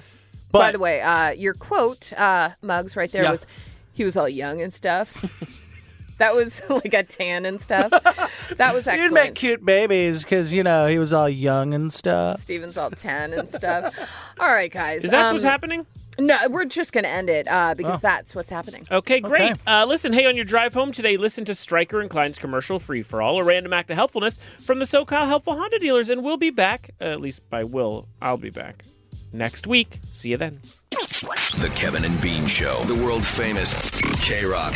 But- By the way, uh, your quote, uh, Muggs, right there Yeah. was he was all young and stuff. that was like a tan and stuff. that was he'd excellent. make cute babies because you know he was all young and stuff. Steven's all tan and stuff. all right, guys. um, Uh. Is that what's happening? No, we're just going to end it uh, because Oh. that's what's happening. Okay, great. Okay. Uh, listen, hey, on your drive home today, listen to Stryker and Klein's commercial free for all, a random act of helpfulness from the SoCal helpful Honda dealers. And we'll be back, uh, at least by will, I'll be back next week. See you then. The Kevin and Bean Show, the world famous K Rock.